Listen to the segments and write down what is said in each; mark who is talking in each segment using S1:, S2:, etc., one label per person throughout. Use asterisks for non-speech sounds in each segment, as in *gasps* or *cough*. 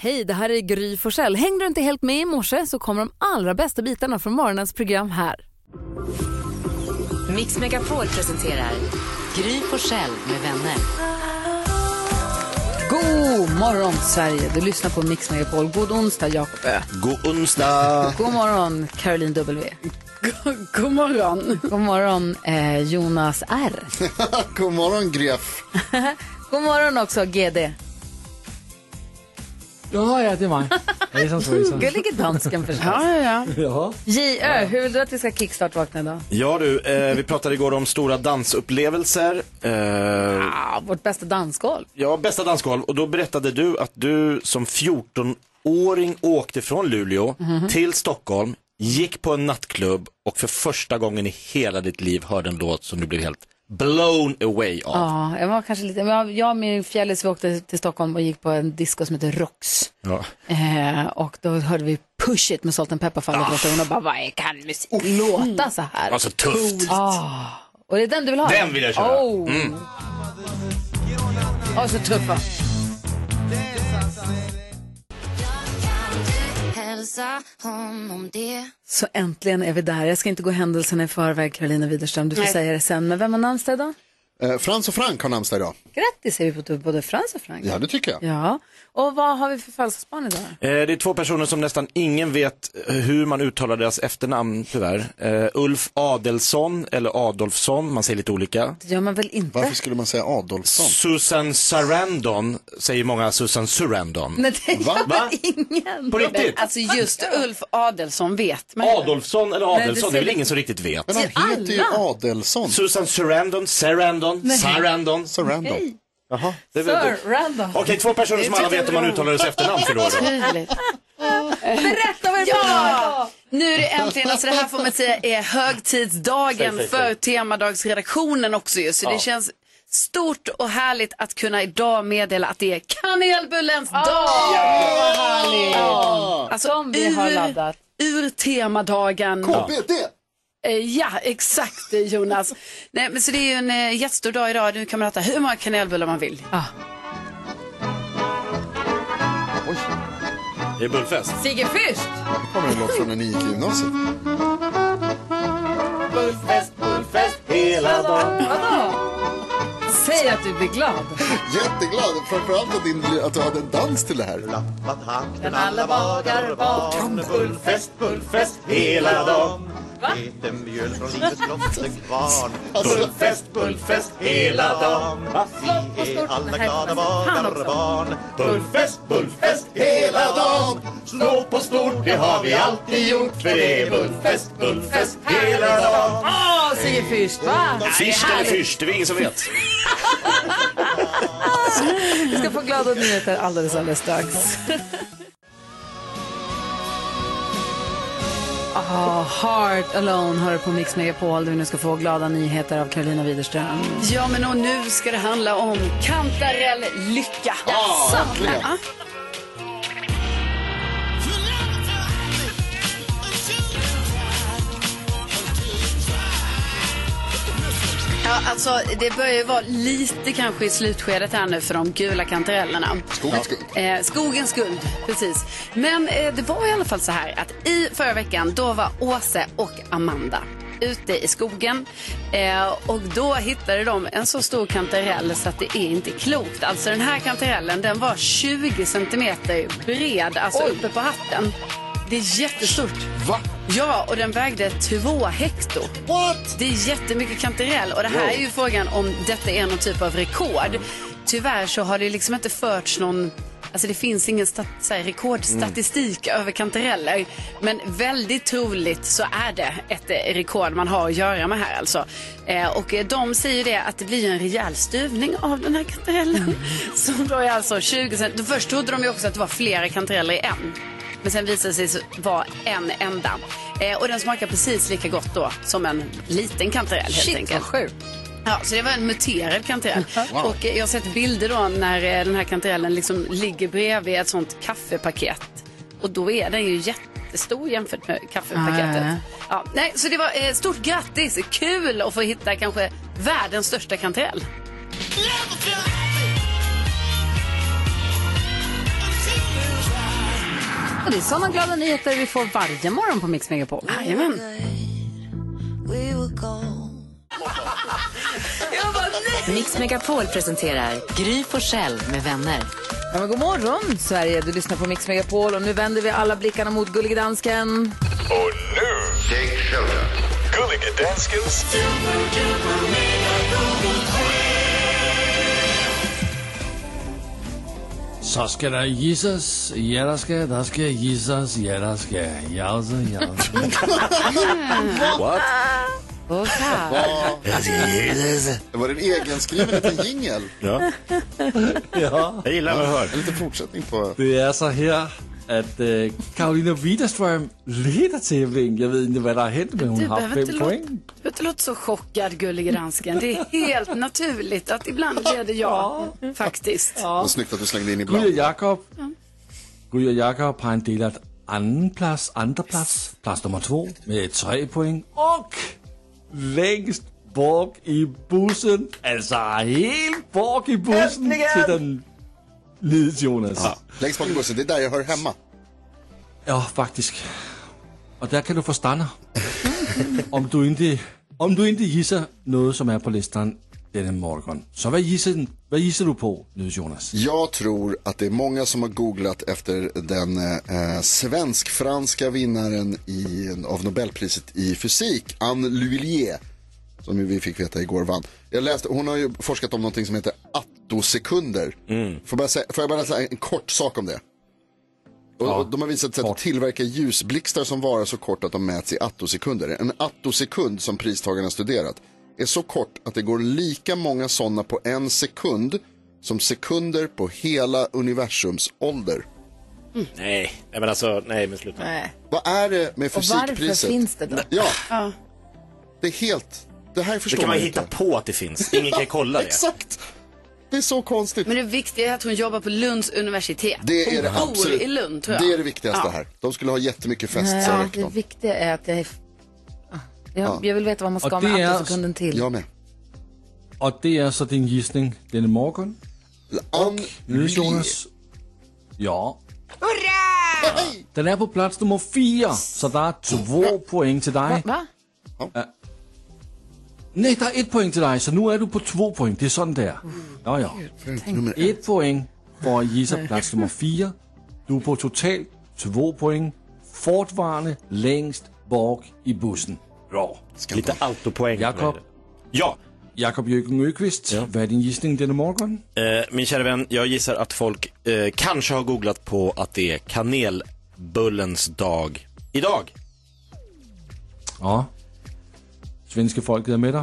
S1: Hej, det här är Gry Forssell. Hängde du inte helt med i morse så kommer de allra bästa bitarna från morgonens program här.
S2: Mix Megapol presenterar Gry Forssell med vänner.
S1: God morgon Sverige, du lyssnar på Mix Megapol. God onsdag Jakob Ö.
S3: God onsdag!
S1: God morgon Caroline W.
S4: Ah. *laughs* God morgon.
S1: God morgon eh, Jonas R. *laughs*
S5: *laughs*
S3: God morgon Gref!
S1: God morgon också GD.
S6: Ja, ja, det är
S1: *laughs*
S6: mig. Hejsan svejsan.
S1: Gullige dansken förstås.
S4: Ja, ja,
S6: Ja.
S1: JÖ, hur vill du att vi ska kickstart-vakna idag?
S3: Ja du, eh, vi pratade igår om stora dansupplevelser. Eh,
S1: Ah, vårt bästa dansgolv.
S3: ja, bästa dansgolv. Och då berättade du att du som 14-åring åkte från Luleå till Stockholm, gick på en nattklubb och för första gången i hela ditt liv hörde en låt som du blev helt blown away av.
S1: Ja, jag var kanske lite, men jag- jag och min fjällis vi åkte till Stockholm och gick på en disco som heter Rox.
S3: Ja.
S1: Eh, och då hörde vi Push It med Salt and Pepper
S3: Ah.
S1: Fallet första gången och bara, vad är- kan musik låta så här? Ah.
S3: Det var så Alltså, tufft.
S1: Och det är den du vill ha?
S3: Den vill jag köra. Mm.
S1: Oh. Åh, så tuffa.
S7: Hälsa honom det
S1: Så äntligen är vi där. Jag ska inte gå händelserna i förväg, Karolina Widerström. Du får säga det sen. Men vem har namnsdag idag?
S5: Eh, Frans och Frank har namnsdag idag.
S1: Grattis säger vi på både Frans och Frank.
S5: Ja, det tycker jag.
S1: Ja. Och vad har vi för födelsedagsbarn idag?
S3: Eh, Det är två personer som nästan ingen vet eh, hur man uttalar deras efternamn tyvärr. Eh, Ulf Adelsson eller Adolfsson, man säger lite olika.
S1: Det gör man väl inte?
S5: Varför skulle man säga Adolfsson?
S3: Susan Sarandon, säger många Susan Surrandon.
S1: *laughs* Nej, det gör
S5: Va?
S3: Va?
S1: ingen.
S3: På riktigt?
S4: Alltså just Ulf Adelsson vet man ju.
S3: Adolfsson eller Adelsson, det är
S1: ser-
S3: väl ingen som riktigt vet.
S5: Men han heter ju
S1: alla.
S5: Adelsson.
S3: Susan Sarandon, Sarandon, Sarandon.
S5: Så random.
S3: Det är väl dumt.
S1: Sir Randolph.
S3: Okej, två personer som alla vet hur man uttalar deras efternamn för då.
S1: Berätta vad det
S4: Ja! Nu är det äntligen, alltså det här får man säga är högtidsdagen
S3: säg,
S4: för temadagsredaktionen också ju. Så det känns stort och härligt att kunna idag meddela att det är kanelbullens
S1: Ah!
S4: dag. Alltså
S1: Som Ah! vi har laddat.
S4: ur temadagen.
S5: KBD!
S4: Eh, Ja, exakt eh, Jonas. Nej, men så det är ju en eh, jättestor dag idag. Nu kan man äta hur många kanelbullar man vill.
S1: Ah.
S3: Det är bullfest.
S1: Sigge Fürst.
S5: kommer en låt från en E IK-gymnasiet.
S3: Bullfest, bullfest hela dagen.
S1: Säg att du blir glad.
S5: *laughs* Jätteglad, framförallt att, din, att du hade en dans till det här.
S3: Bullfest, bullfest hela dagen.
S5: Alltså,
S3: Bullfest, bullfest hela dagen. Bullfest, bullfest hela dagen. Slå på stort, det har vi alltid gjort. För det är bullfest, bullfest hela dagen.
S1: Åh, Sigge Fürst, va?
S3: Fyrst eller fyrst, det är ingen som vet.
S1: Vi ska få glada nyheter alldeles, alldeles strax. Ah, Heart Alone hör du på Mix Megapol där vi nu ska få glada nyheter av Karolina Widerström.
S4: Ja, men och nu ska det handla om kantarell lycka.
S5: verkligen.
S4: Ja, alltså, det börjar ju vara lite kanske i slutskedet här nu för de gula kantarellerna.
S5: Skogens skuld.
S4: Eh, skogens guld, precis. Men eh, det var i alla fall så här att i förra veckan då var Åse och Amanda ute i skogen eh, och då hittade de en så stor kantarell så att det är inte klokt. Alltså den här kantarellen den var 20 centimeter bred, alltså uppe på hatten. Det är jättestort.
S5: Va?
S4: Ja, och den vägde två hekto.
S5: What?
S4: Det är jättemycket kantarell och det här är ju frågan om detta är någon typ av rekord. Tyvärr så har det liksom inte förts någon Alltså det finns ingen stat- så här, rekordstatistik
S1: Mm.
S4: över kantareller. Men väldigt troligt så är det ett eh, rekord man har att göra med här alltså. Eh, och eh, de säger ju det att det blir en rejäl stuvning av den här kantarellen.
S1: Mm.
S4: *laughs* Som då är alltså 20 cent. Först trodde de ju också att det var flera kantareller i en. Men sen visade det sig vara en enda. Eh, och den smakar precis lika gott då som en liten kantarell helt
S1: Shit, vad
S4: enkelt.
S1: sjukt.
S4: Ja, så det var en muterad
S1: *laughs*
S4: kantarell. Och eh, jag har sett bilder då när eh, den här kantarellen liksom ligger bredvid ett sånt kaffepaket. Och då är den ju jättestor jämfört med kaffepaketet.
S1: Ah, ja,
S4: Ja, nej, så det var eh, stort grattis. Kul att få hitta kanske världens största kantarell.
S7: Never feel happy until you try.
S8: Och det är sådana glada nyheter vi får varje morgon på Mix Megapol.
S4: Jajamän.
S7: We will go.
S9: Mix Megapol presenterar Gry på själv med vänner.
S1: Ja, men god morgon, Sverige. Du lyssnar på Mix Megapol och nu vänder vi alla blickarna mot gullig dansken.
S10: Och nu, Take Shelter. Gullige Danskens
S11: Så ska det gissas, ja det ska, det ska gissas, ja det ska. Jalsa, jalsa.
S3: What?
S5: Var det en egenskriven liten jingel?
S3: Ja.
S11: Ja,
S3: Jag gillar vad jag hör.
S5: En liten fortsättning på...
S11: det är så här att äh, Karolina Widerström leder tävlingen. Jag vet inte vad det har hänt, men hon
S4: Du
S11: har
S4: behöver inte
S11: fem
S4: låta,
S11: poäng.
S4: du behöver inte låta så chockad, gullig dansken.
S1: *laughs*
S4: Det är helt naturligt att ibland leder jag, faktiskt.
S5: Vad snyggt att du slängde in
S11: Gry och
S5: ibland.
S11: Jakob. Gry och Jakob har en delat anden plats, andra plats, plats nummer två med tre poäng. Och längst bak i bussen, alltså helt bak i bussen, sitter Lids Jonas. Ja.
S5: Längst bak i bussen, det är där jag hör hemma.
S11: faktiskt. Och där kan du få stanna. *laughs* om, du inte, om du inte gissar något som är på listan denna morgon. Så vad gissar, vad gissar du på, Lids Jonas?
S5: Jag tror att det är många som har googlat efter den eh, svensk-franska vinnaren i, av Nobelpriset i fysik, Anne Lullier, som ju vi fick veta igår vann. Jag läste, hon har ju forskat om någonting som heter attosekunder. Får, bara säga, får jag bara säga en kort sak om det? Och, och de har visat sig att tillverka ljusblixtar som varar så kort att de mäts i attosekunder. En attosekund som pristagarna studerat är så kort att det går lika många sådana på en sekund som sekunder på hela universums ålder.
S3: Nej, nej men alltså, nej men sluta.
S5: Vad är det med
S1: Och varför
S5: fysikpriset?
S1: finns det då?
S5: Ja. det är helt... Det här
S3: Det
S5: förstår
S3: kan man
S5: jag
S3: hitta
S5: inte.
S3: på att det finns. Ingen kan kolla det.
S5: Exakt! Det är så konstigt.
S4: Men det viktiga är att hon jobbar på Lunds universitet.
S5: Det är
S4: hon
S5: det
S4: bor
S5: absolut.
S4: i Lund, tror jag.
S5: Det är det viktigaste här. De skulle ha jättemycket fest, så
S1: Ja,
S5: räcker
S1: det
S5: de.
S1: viktiga är att jag, Ah, jag, jag vill veta vad man ska
S11: Och
S1: med
S11: det är- alltså-
S1: andra sekunden till.
S5: Jag med.
S11: Och det är så din gissning denna morgon.
S5: Ann
S11: Nydes Jonas. Ja. Den är på plats nummer fyra, så der er två poäng till dig. Eh,
S1: Va?
S11: Nej, der er ett poäng till dig, så nu är du på två poäng. Det är sådan där. Ja, ja. Ett poäng för att gissa plats nummer fyra. Du är på totalt två poäng. Fortfarande längst bak i bussen. Bra.
S3: Lite autopoäng.
S11: Jakob.
S3: Ja,
S11: Jakob Jürgen Öqvist, vad är din gissning denna morgon?
S3: eh, min kära vän, jag gissar att folk eh, kanske har googlat på att det är kanelbullens dag idag.
S11: Ja. Svenska folket är med dig.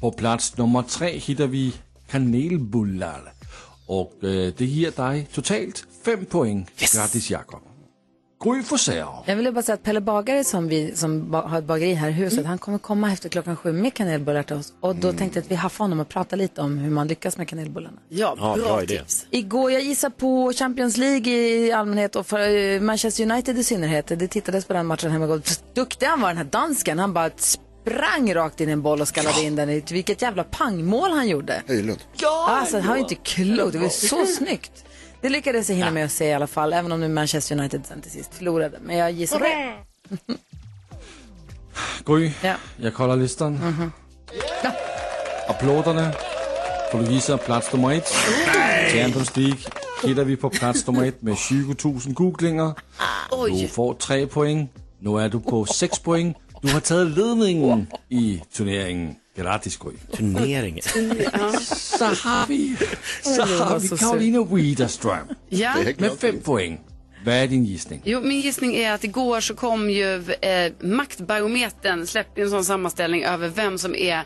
S11: På plats nummer tre hittar vi kanelbullar. Och eh, det ger dig totalt fem poäng. Grattis Jakob. Gry Forssell.
S1: Jag vill bara säga att Pelle Bagare som, vi, som ba, har ett bageri här i huset, han kommer komma efter klockan sju med kanelbullar till oss. Och då tänkte jag att vi haffar honom och pratar lite om hur man lyckas med kanelbullarna.
S4: Ja, bra,
S3: Ja, bra idé.
S4: tips.
S1: Igår, jag gissar på Champions League i allmänhet och för eh, Manchester United i synnerhet. Det tittades på den matchen hemma igår. Pff, Duktig han var den här dansken. Han bara sprang rakt in i en boll och skallade in den. i- Vilket jävla pangmål han gjorde.
S5: Höjlund.
S1: Alltså han var ju inte klok. Det var ju så snyggt. Det lyckades jag hinna med att se i alla fall. Även om nu Manchester United sen till sist förlorade. Men jag gissar på det.
S11: Gry,
S1: Ja.
S11: jag kollar listan. Applåderna. Får du gissa plats nummer ett. Champions League hittar vi på plats nummer ett med 20 000 googlingar. Du får tre poäng. Nu är du på sex poäng. Du har tagit ledningen i turneringen. Grattis Gry.
S3: Turneringen.
S11: *laughs* Så har vi, så har vi Karolina Widerström
S4: Ja.
S5: Det är
S11: med fem poäng. Vad är din gissning?
S4: Jo, min gissning är att igår så kom ju eh, Maktbarometern släppte ju en sån sammanställning över vem som är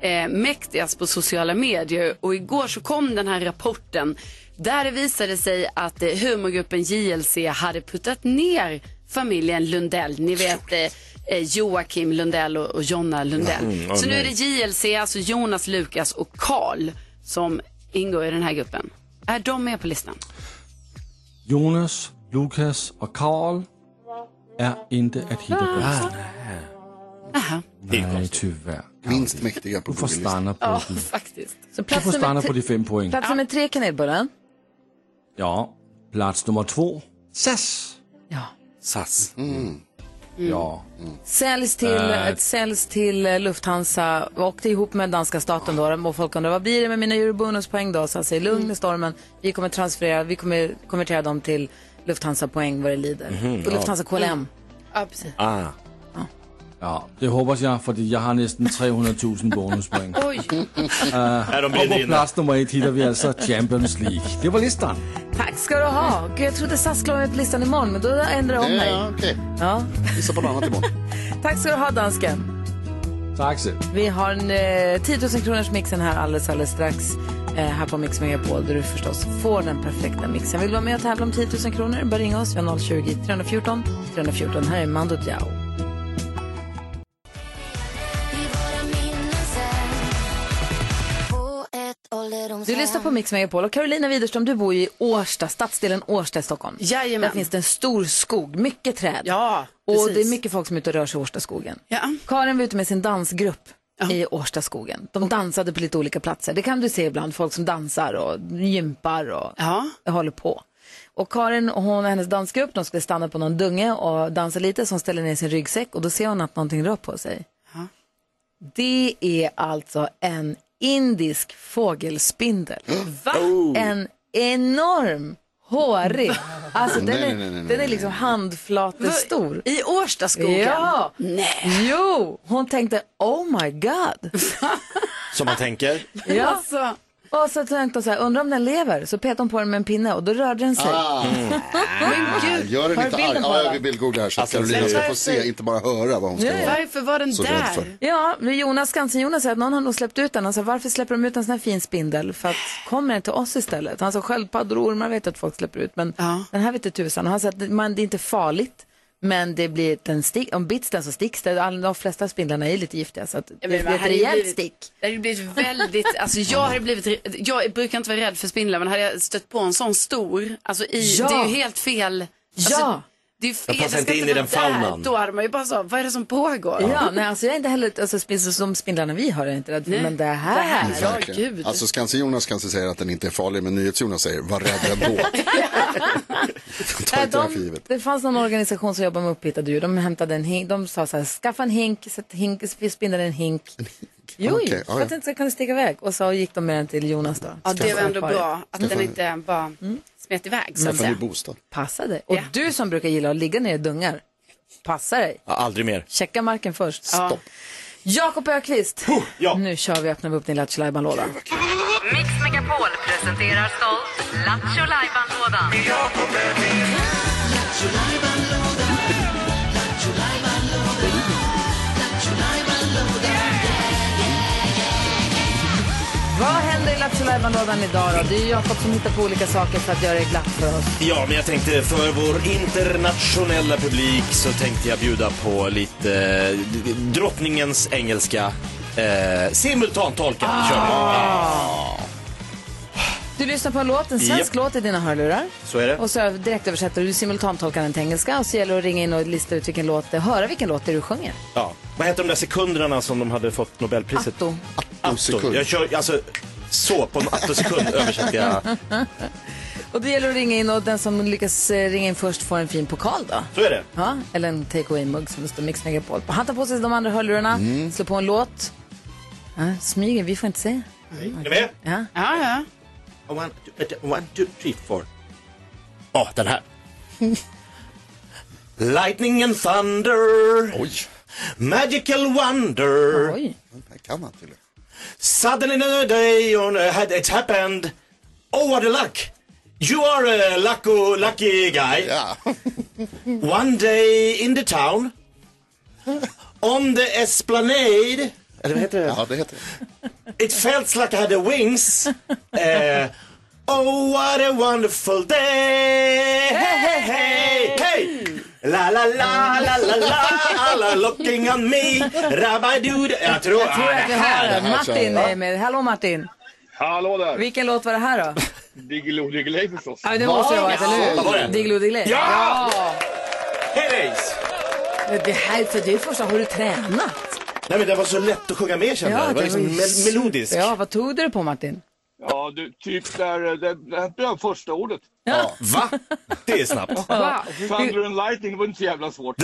S4: eh, mäktigast på sociala medier. Och igår så kom den här rapporten där det visade sig att eh, humorgruppen JLC hade puttat ner familjen Lundell. Ni vet eh, eh, Joakim Lundell och, och Jonna Lundell. så nu är det JLC, alltså Jonas, Lukas och Karl som ingår i den här gruppen. Är de med på listan?
S11: Jonas, Lukas och Karl är inte att hitta på listan.
S4: Aha,
S11: Nej, tyvärr.
S5: Minst mäktiga på
S11: Du får
S5: Google-listan.
S11: stanna på,
S4: ja,
S11: din,
S4: faktiskt.
S1: Så
S11: du får
S1: plats
S11: stanna
S1: nummer,
S11: på
S1: tre,
S11: de fem poäng.
S1: plats nummer tre kanelbullen.
S11: Ja, plats nummer två SAS.
S1: Ja.
S3: SAS. Mm.
S11: Ja.
S1: Säljs till,
S11: Äh.
S1: säljs till eh, Lufthansa och det är ihop med danska staten då. Och folk undrar vad blir det med mina eurobonuspoäng då? Så han säger lugn i stormen. Vi kommer transferera, vi kommer konvertera dem till Lufthansa-poäng vad det lider.
S11: Mhm.
S1: och Lufthansa KLM.
S4: Ja, precis.
S3: Ah.
S11: Ja, det hoppas jag, för jag har nästan 300 000
S3: *laughs*
S11: bonuspoäng.
S4: Oj,
S1: *laughs*
S11: Äh,
S3: Är de
S11: Och Øh, på
S3: bredvid
S11: plats nummer ett hittar vi alltså Champions League. Det var listan.
S1: Tack ska du ha. Gud, jag trodde SAS skulle vara med på listan imorgon, men då ändrar jag om mig.
S5: Ja, okej.
S1: Ja.
S5: Gissa på något annat imorgon.
S1: Tack ska du ha, dansken.
S11: Tack så.
S1: Vi har en eh, 10 000 kronors mixen här alldeles, alldeles strax. Eh, här på Mix Megapol där du förstås får den perfekta mixen. Vill du vara med och tävla om 10 000 kronor? Bara ringa oss. Vi har 020 314 314. Här är Mando Diao. Du lyssnar på Mix Megapol och Carolina Widerström, du bor ju i Årsta, stadsdelen Årsta i Stockholm.
S4: Jajamän.
S1: Där finns det en stor skog, mycket träd.
S4: Ja,
S1: och det är
S4: precis.
S1: mycket folk som är ute och rör sig i Årstaskogen.
S4: Ja.
S1: Karin var ute med sin dansgrupp i Årstaskogen. De dansade på lite olika platser. Det kan du se ibland, folk som dansar och gympar och
S4: Ja.
S1: håller på. Och Karin och hon och hennes dansgrupp, de skulle stanna på någon dunge och dansa lite, så hon ställer ner sin ryggsäck och då ser hon att någonting rör på sig. Det är alltså en indisk
S5: *gasps*
S1: fågelspindel. Va? En enorm,
S5: *gasps*
S1: hårig. Alltså den,
S5: Nej,
S1: är,
S5: nej, nej, nej,
S1: den är liksom handflatestor.
S4: i Årstaskogen.
S1: Ja! Jo! Hon tänkte, oh my god.
S4: *laughs*
S3: Som man tänker.
S1: Ja.
S4: Alltså,
S1: Och så tänkte hon så här, undrar om den lever? Så petade hon på den med en pinne och då rörde den sig. *laughs*
S5: Ah, gör den
S1: Har du
S5: inte arg.
S1: bilden på
S5: Ja,
S1: den?
S5: jag vill bildgoogla här så att
S3: Alltså,
S5: Carolina ska
S4: varför-
S5: få se, inte bara höra vad hon ska vara.
S4: varför var den
S5: Så rädd för.
S4: där?
S1: Ja, men Jonas, Skansen Jonas säger att någon har nog släppt ut den. Han sa, varför släpper de ut en sån här fin spindel? För att kommer den till oss istället? Han sa, sköldpaddor och ormar vet jag att folk släpper ut, men
S4: Ja.
S1: den här vet jag tusan. Och han sa att man, det är inte farligt, men det blir, den stick, om bits den så sticks det. All- De flesta spindlarna är lite giftiga, så att det blir ett rejält stick.
S4: Det hade blivit
S1: *laughs*
S4: väldigt, alltså jag hade blivit, jag brukar inte vara rädd för spindlar men hade jag stött på en sån stor, alltså i,
S1: Ja.
S4: det är ju helt fel. Alltså,
S1: Ja.
S4: Det är ju fel,
S3: Jag passar
S4: det ska
S3: inte in i
S4: vara
S3: den
S4: där.
S3: faunan.
S4: Då hade man ju bara så, vad är det som pågår?
S1: Ja, nej, alltså jag är inte heller, alltså spin- så- som spindlarna vi har är jag inte rädd för, men det här.
S4: Ja,
S5: Verkligen.
S4: gud.
S5: Alltså Skansen-Jonas kanske säger att den inte är farlig, men NyhetsJonas säger var rädd ändå. *laughs* Ta inte det
S1: Nej,
S5: här för
S1: Eh, de,
S5: givet.
S1: det fanns någon organisation som jobbade med upphittade djur. De hämtade en hink, de sa så här, skaffa en hink, sätt hink spindeln i en hink. Jo,
S5: Okej,
S1: jo,
S5: ja,
S1: för
S5: ja.
S1: att den inte kunde sticka iväg. Och så gick de med den till Jonas då.
S4: Ja, det var ändå
S1: Kvar.
S4: bra att den inte bara smet
S1: Liksom
S4: iväg så att
S5: Skaffa en ny
S4: säga.
S5: bostad.
S1: Passade. Och
S4: Ja.
S1: du som brukar gilla att ligga ner i dungar, passa dig.
S3: Ja, aldrig mer.
S1: Checka marken först. Stopp. Jakob Ökvist.
S3: ja.
S1: Nu kör vi öppnar vi upp din Lattjo Lajban-låda.
S9: Mix Megapol presenterar stolt Lattjo Lajban-lådan.
S1: Vad händer i Lattjo Lajban-lådan idag då? Det är Jakob som hittar på olika saker för att göra det glatt för oss.
S3: Ja, men jag tänkte för vår internationella publik så tänkte jag bjuda på lite eh, d- drottningens engelska eh, simultantolkad. Kör vi.
S1: Du lyssnar på en låt, en svensk
S3: Japp.
S1: låt i dina hörlurar.
S3: Så är det.
S1: Och så ö- direktöversätter du simultantolkar den till engelska och så gäller det att ringa in och lista ut vilken låt det höra vilken låt det är du sjunger.
S3: Ja. Vad heter de där sekunderna som de hade fått Nobelpriset?
S1: Atto.
S5: Sekund.
S3: Jag kör alltså så på en
S1: *laughs*
S3: attosekund översätter jag.
S1: Och det gäller att ringa in och den som lyckas eh, ringa in först får en fin pokal då.
S3: Så är det.
S1: Ja, eller en take away-mugg som det står Mix Megapol på. Han tar på sig de andra hörlurarna,
S3: Mm.
S1: slår på en låt. Ja, smyger, vi får inte se.
S3: Är ni med?
S1: Ja.
S4: Ja, ja.
S3: One, two, one, two, three, four. Ja,
S5: *laughs*
S3: den här. Lightning and thunder,
S5: Oj,
S3: magical wonder.
S1: Oj.
S5: den här kan han tydligen.
S3: Suddenly another day on uh, had it happened. Oh what a luck! You are a lucko, lucky guy.
S5: Ja.
S3: One day in the town. on the esplanade. Eller vad heter det?
S5: ja, det heter det.
S3: It felt like I had the wings. Eh, oh, what a wonderful day! Hey, hey, hey, hey! La, la, la, la, la, la, alla looking on me. Rabadoo. Jag tror... Jag tror
S1: Vi har den.
S5: här kör jag.
S1: Martin är med. Hallå Martin.
S10: Hallå där!
S1: Vilken låt var det här då?
S10: Diggiloo Diggiley förstås.
S1: Ja, det måste det ha varit,
S3: Vad var
S1: eller
S3: det?
S1: hur? Diggiloo Diggiley.
S3: Ja! Hejs!
S1: Men Det här för det är första, har du tränat?
S3: Nej men det var så lätt att sjunga med kände jag. Det var liksom mel- melodiskt.
S1: Ja, vad tog du det på Martin?
S10: Ja, du, typ där, där, där, där första ordet.
S3: Va? Det det är
S1: *laughs*
S3: snabbt.
S12: Thunder and Lightning var inte så jävla svårt.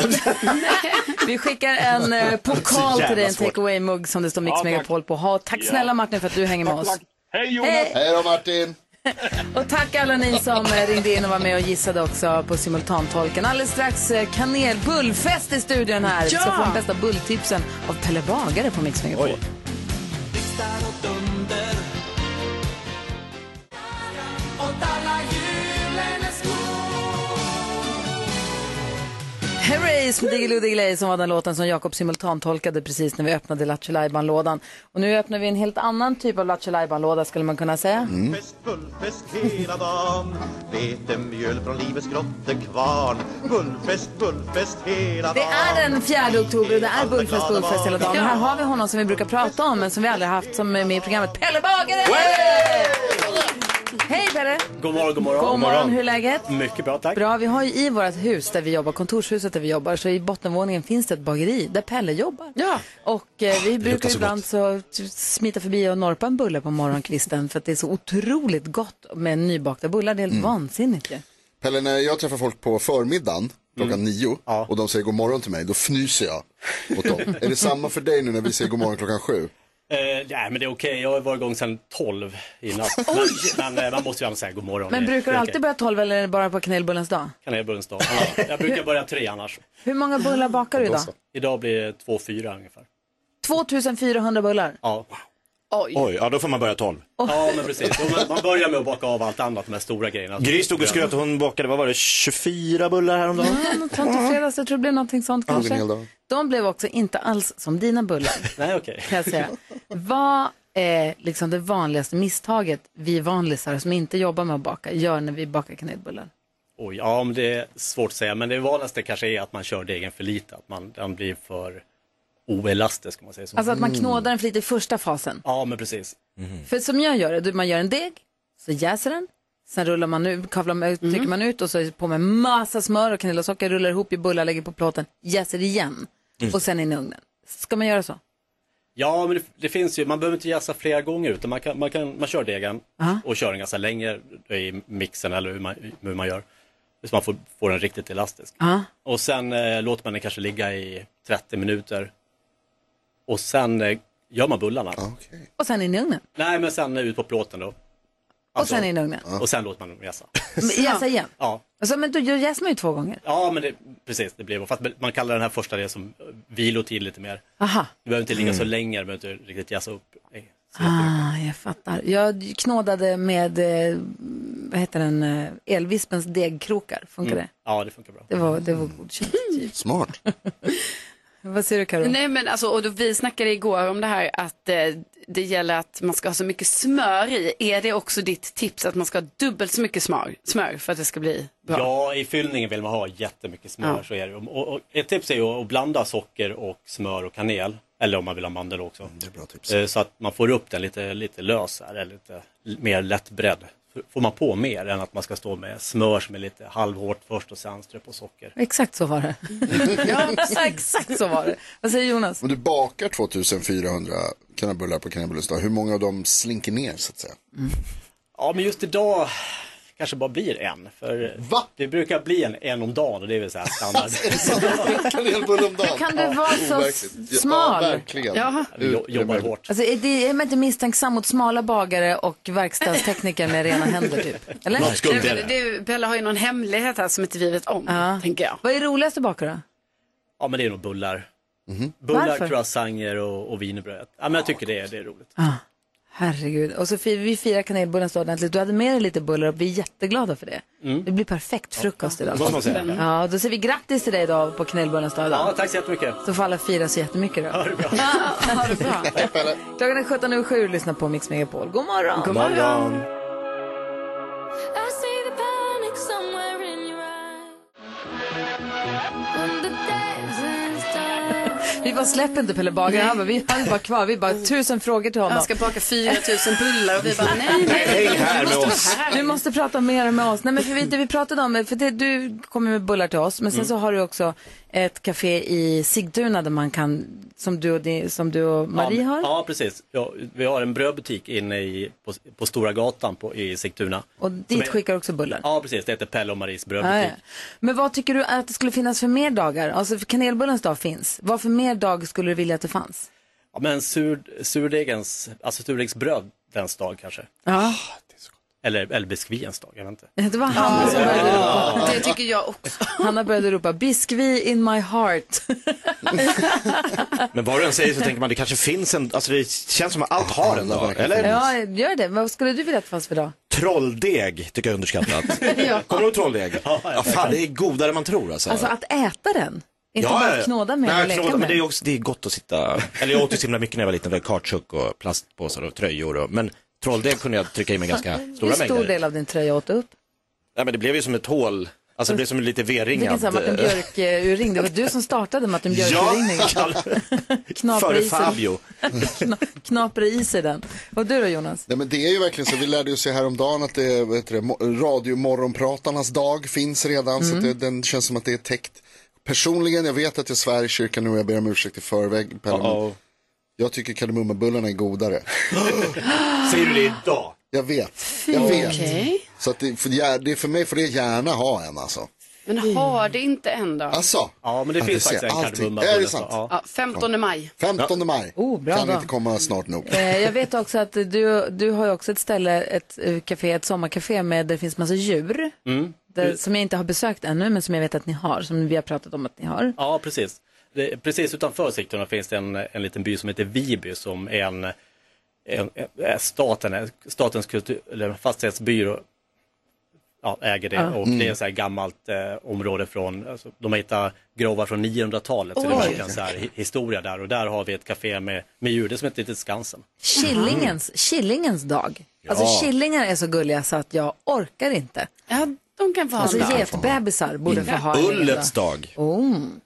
S1: Vi skickar
S3: *laughs*
S1: en eh, pokal
S3: jävla
S1: till dig, en
S3: svårt.
S1: takeaway-mugg som det står Mix
S12: Ja, tack.
S1: Megapol på. Ha, tack
S12: Ja.
S1: snälla Martin för att *laughs* du hänger med oss.
S12: Hej Jonas!
S1: Hej!
S5: Hej då Martin!
S1: Och tack alla ni som eh, ringde in och var med och gissade också på simultantolken. Alldeles strax eh, kanelbullfest i studion här. Vi ska
S4: Ja!
S1: få de bästa bulltipsen av Pelle Bagare på Mix Megapol.
S3: Oj.
S1: Hurray, som Diggiloo Diggiley som var den låten som Jakob simultantolkade precis när vi öppnade Lattjo lådan Och nu öppnar vi en helt annan typ av Lattjo låda skulle man kunna säga.
S3: Mm.
S10: Fest, bullfest hela dagen Vetemjöl från livets grottekvarn Bullfest, bullfest hela
S1: Det är den 4 oktober och det är bullfest, bullfest hela dagen. Här har vi honom som vi brukar prata om men som vi aldrig haft som är med i programmet. Pelle Bagare! Hej Pelle!
S13: God morgon, god morgon.
S1: God morgon, hur är läget?
S13: Mycket bra, tack.
S1: Bra, vi har ju i vårt hus där vi jobbar, kontorshuset där vi jobbar, så i bottenvåningen finns det ett bageri där Pelle jobbar.
S4: Ja.
S1: Och eh, vi brukar
S3: så
S1: ibland så t- smita förbi och norpa en bulle på morgonkvisten för att det är så otroligt gott med nybakta bullar. Det är helt
S13: Mm.
S1: vansinnigt ju.
S5: Pelle, när jag träffar folk på förmiddagen klockan nio
S13: Ja.
S5: och de säger god morgon till mig, då fnyser jag åt dem.
S1: *laughs*
S5: är det samma för dig nu när vi säger god morgon klockan sju?
S13: Eh, nej, men det är okej. Jag har varit igång sedan 12 i natt. men, men eh, man måste ju ändå säga god morgon.
S1: Men
S13: Det-
S1: brukar
S13: det
S1: du
S13: är
S1: alltid
S13: okej.
S1: börja tolv eller är det bara på kanelbullens dag?
S13: Kanelbullens dag. Ja, jag brukar börja tre annars.
S1: Hur många bullar bakar du idag?
S13: Idag blir det två, fyra ungefär.
S1: 2400 bullar.
S13: Ja,
S3: Oj, ja då får man börja tolv.
S13: ja men precis. Och Man, man börjar med att baka av allt annat, de här stora grejerna.
S3: Gry stod och skröt och hon bakade, vad var det, 24 bullar *laughs* häromdagen?
S1: Mm, tant och fredags, jag tror det blev någonting sånt
S5: tog en
S1: kanske.
S5: hel dag.
S1: De blev också inte alls som dina bullar.
S13: *laughs* Nej, okej.
S1: kan jag säga. Vad är liksom det vanligaste misstaget vi vanlisar som inte jobbar med att baka gör när vi bakar kanelbullar?
S13: Oj, ja, men det är svårt att säga. Men det vanligaste kanske är att man kör degen för lite. Att man, den blir för oelastisk, om man säger så.
S1: Alltså att man knådar den för lite i första fasen.
S13: Ja, men precis.
S3: Mm.
S1: För som jag gör det, då man gör en deg, så jäser den, sen rullar man ut, kavlar man, ut,
S5: Mm.
S1: trycker man ut och så är det på med massa smör och kanel och socker, rullar ihop i bullar, lägger på plåten, jäser igen
S13: Mm.
S1: och sen in i ugnen. Ska man göra så?
S13: Ja, men det, det finns ju, man behöver inte jäsa flera gånger utan man, kan, man, kan, man kör degen och kör den ganska länge i mixen eller hur man, hur man gör. Så man får, får den riktigt elastisk.
S1: Ja.
S13: Och sen eh, låter man den kanske ligga i 30 minuter. Och sen eh, gör man bullarna.
S5: Okej.
S1: Och sen in i ugnen.
S13: Nej, men sen eh, ut på plåten då.
S1: Och
S13: Alltså,
S1: sen in i ugnen.
S13: Och sen låter man dem jäsa.
S1: Men Jäsa igen.
S13: Ja.
S1: Alltså, men då jäser man ju två gånger.
S13: ja, men det, precis, det blir För att man kallar den här första delen som eh, vilotid lite mer.
S1: Aha.
S13: Du behöver inte ligga så länge, du behöver inte riktigt jäsa upp. eh, så jättemycket.
S1: Ah, jag fattar. Jag knådade med, eh, vad heter den, eh, elvispens degkrokar. Funkar det?
S13: Mm. Ja, det funkar bra.
S1: Det var, det var godkänt.
S5: Smart.
S1: Vad säger du Karo?
S4: Nej men alltså, och då vi snackade igår om det här att eh, det gäller att man ska ha så mycket smör i. Är det också ditt tips att man ska ha dubbelt så mycket smör, smör för att det ska bli bra?
S13: Ja, i fyllningen vill man ha jättemycket smör. Så är det. Och, och, ett tips är ju att blanda socker och smör och kanel. Eller om man vill ha mandel också. Mm, Det är bra tips. Så att man får upp den lite, lite lös här, eller lite l- mer lättbredd. F- Får man på mer än att man ska stå med smör som är lite halvhårt först och sen strö på socker.
S1: Exakt så var det. *laughs* ja, exakt så var det. Vad säger Jonas?
S5: Om du bakar 2400 kanelbullar på kanelbullens dag, hur många av dem slinker ner så att säga?
S13: Ja, men just idag kanske bara blir en. För
S5: Va?
S13: Det brukar bli en, en om dagen och det Alltså, är väl så här *laughs* standard.
S5: Kanelbulle om dagen.
S1: Kan du vara så
S5: Overkligt.
S1: smal?
S5: Ja, verkligen.
S4: Jaha.
S13: Vi jo- jobbar hårt.
S1: Alltså, är, det, är man inte misstänksam mot smala bagare och verkstadstekniker med rena händer typ? Eller?
S3: Någon skuld är
S4: Nej, men
S3: det.
S4: det, Pelle har ju någon hemlighet här som inte vi vet om,
S1: Ja.
S4: tänker jag.
S1: Vad är roligast att baka då?
S13: Ja men det är nog bullar.
S5: Mhm.
S13: Bullar,
S1: Varför?
S13: croissanter och, och wienerbröd. Ja men jag tycker det är, det är roligt.
S1: Herregud. Och så fir, vi firar kanelbullens dag ordentligt. Du hade med dig lite bullar och vi är jätteglada för det.
S13: Mm.
S1: Det blir perfekt frukost idag.
S3: Måste man säga.
S1: Ja, då säger vi grattis till dig idag på kanelbullens dag.
S13: Ja,
S1: idag.
S13: tack så jättemycket.
S1: Så får alla fira så jättemycket då. Ha *laughs* det bra. ha det bra. Klockan är 17.07 och lyssnar på Mix Megapol. God morgon. God
S7: I see the panic somewhere in your eyes. When the dancing's done.
S1: Vi bara släpper inte Pelle Bagare. Han bara, Vi hann bara kvar. Vi bara tusen frågor till honom.
S4: Han ska baka 4000 bullar och vi bara nej, nej, nej.
S3: Häng här med oss.
S1: Du måste prata mer med oss. Nej, men för vi, det vi pratade om, för det, du kommer med bullar till oss, men sen så har du också ett café i Sigtuna där man kan, som du och, din, som du och Marie
S13: ja, men-
S1: har.
S13: Ja, precis. Ja, vi har en brödbutik inne i, på, på Stora gatan på, i Sigtuna.
S1: Och dit skickar också bullar?
S13: Ja, precis. Det heter Pelle och Maries
S1: Ja, ja.
S13: brödbutik.
S1: Men vad tycker du att det skulle finnas för mer dagar? Alltså för kanelbullens dag finns. Vad för mer dag skulle du vilja att det fanns?
S13: Ja, men sur, surdegens, alltså surdegsbrödens dag kanske.
S1: Ja.
S13: Eller, eller biskviens dag, jag vet inte.
S1: *laughs* Det var Hanna som började
S13: Ja.
S1: ropa.
S13: Det tycker
S4: jag också.
S1: Hanna började ropa biskvi in my heart.
S3: Men vad du än säger så tänker man det kanske finns en, alltså det känns som att allt har en dag. Eller?
S1: Ja, gör det. Vad skulle du vilja att det fanns för dag?
S3: Trolldeg tycker jag är underskattat.
S1: *laughs*
S3: Kommer du ihåg trolldeg? Ja, fan, det är godare än man tror alltså.
S1: Alltså att äta den. Inte
S3: Ja,
S1: bara
S3: ja.
S1: knåda med
S3: Nej,
S1: och leka
S3: knåda,
S1: med.
S3: Men det är, också, det är gott att sitta, eller jag åt ju så himla mycket när jag var liten, det var kartsuck och plastpåsar och tröjor och, men trolldeg kunde jag trycka i mig ganska
S1: Hur
S3: stora
S1: stor
S3: mängder.
S1: del av din tröja åt du upp?
S3: Ja, men det blev ju som ett hål, alltså det blev som en lite
S1: Vilken
S3: V-ringad.
S1: sån här Martin
S3: eh,
S1: Björk-urringning? Det var du som startade Martin
S3: Ja,
S1: Björk-urringningen.
S3: *laughs*
S1: Knapra
S3: före
S1: i sig-
S3: Fabio.
S1: knapra i sig den. Och du då Jonas?
S5: Nej, men det är ju verkligen så. Vi lärde ju sig häromdagen att det är vad heter det, mo- radiomorgonpratarnas dag finns redan. Så
S4: Mm.
S5: att det, den känns som att det är täckt. Personligen, jag vet att jag svär i kyrkan nu och jag ber om ursäkt i förväg. Pelle, men Jag tycker kardemummabullarna är
S13: *gasps*
S5: godare.
S3: Säger du det idag?
S5: Jag vet. jag vet.
S4: okej.
S5: Så att det, för, gär- det är för mig får det gärna ha en alltså.
S4: Men har det inte en dag?
S5: Alltså.
S13: Ja, men det
S5: Ja,
S13: finns
S5: det ser
S13: faktiskt en
S5: alltid-
S13: kardemumma.
S5: Är det sant?
S4: Ja, 15 maj. Oh,
S5: 15 maj.
S1: bra
S5: kan
S1: dag.
S5: inte komma snart nog.
S1: Eh, jag vet också att du, du har ju också ett ställe, ett eh, café, ett sommarcafé med där det finns massa djur.
S13: Mm.
S1: Där, som jag inte har besökt ännu men som jag vet att ni har, som vi har pratat om att ni har.
S13: Ja, precis. Det, precis utanför Sigtuna finns det en, en liten by som heter Viby som är en, en, en staten, statens kultur, eller fastighetsbyrå ja, äger det.
S14: Ja.
S13: Och
S14: Mm.
S13: det är ett så här gammalt eh, område från, alltså, de har hittat grovar från 900-talet. Så det är
S1: Oj.
S13: verkligen så här hi- historia där. Och där har vi ett café med, med djur, det är som ett litet Skansen. Mm.
S1: Killingens, killingens dag.
S13: Ja.
S1: Alltså killingar är så gulliga så att jag orkar inte.
S4: Ja, de kan få
S1: Alltså
S5: en dag.
S1: getbebisar borde
S4: Mm.
S1: få ha Mm. en egen dag.
S5: Mm. Ullets dag.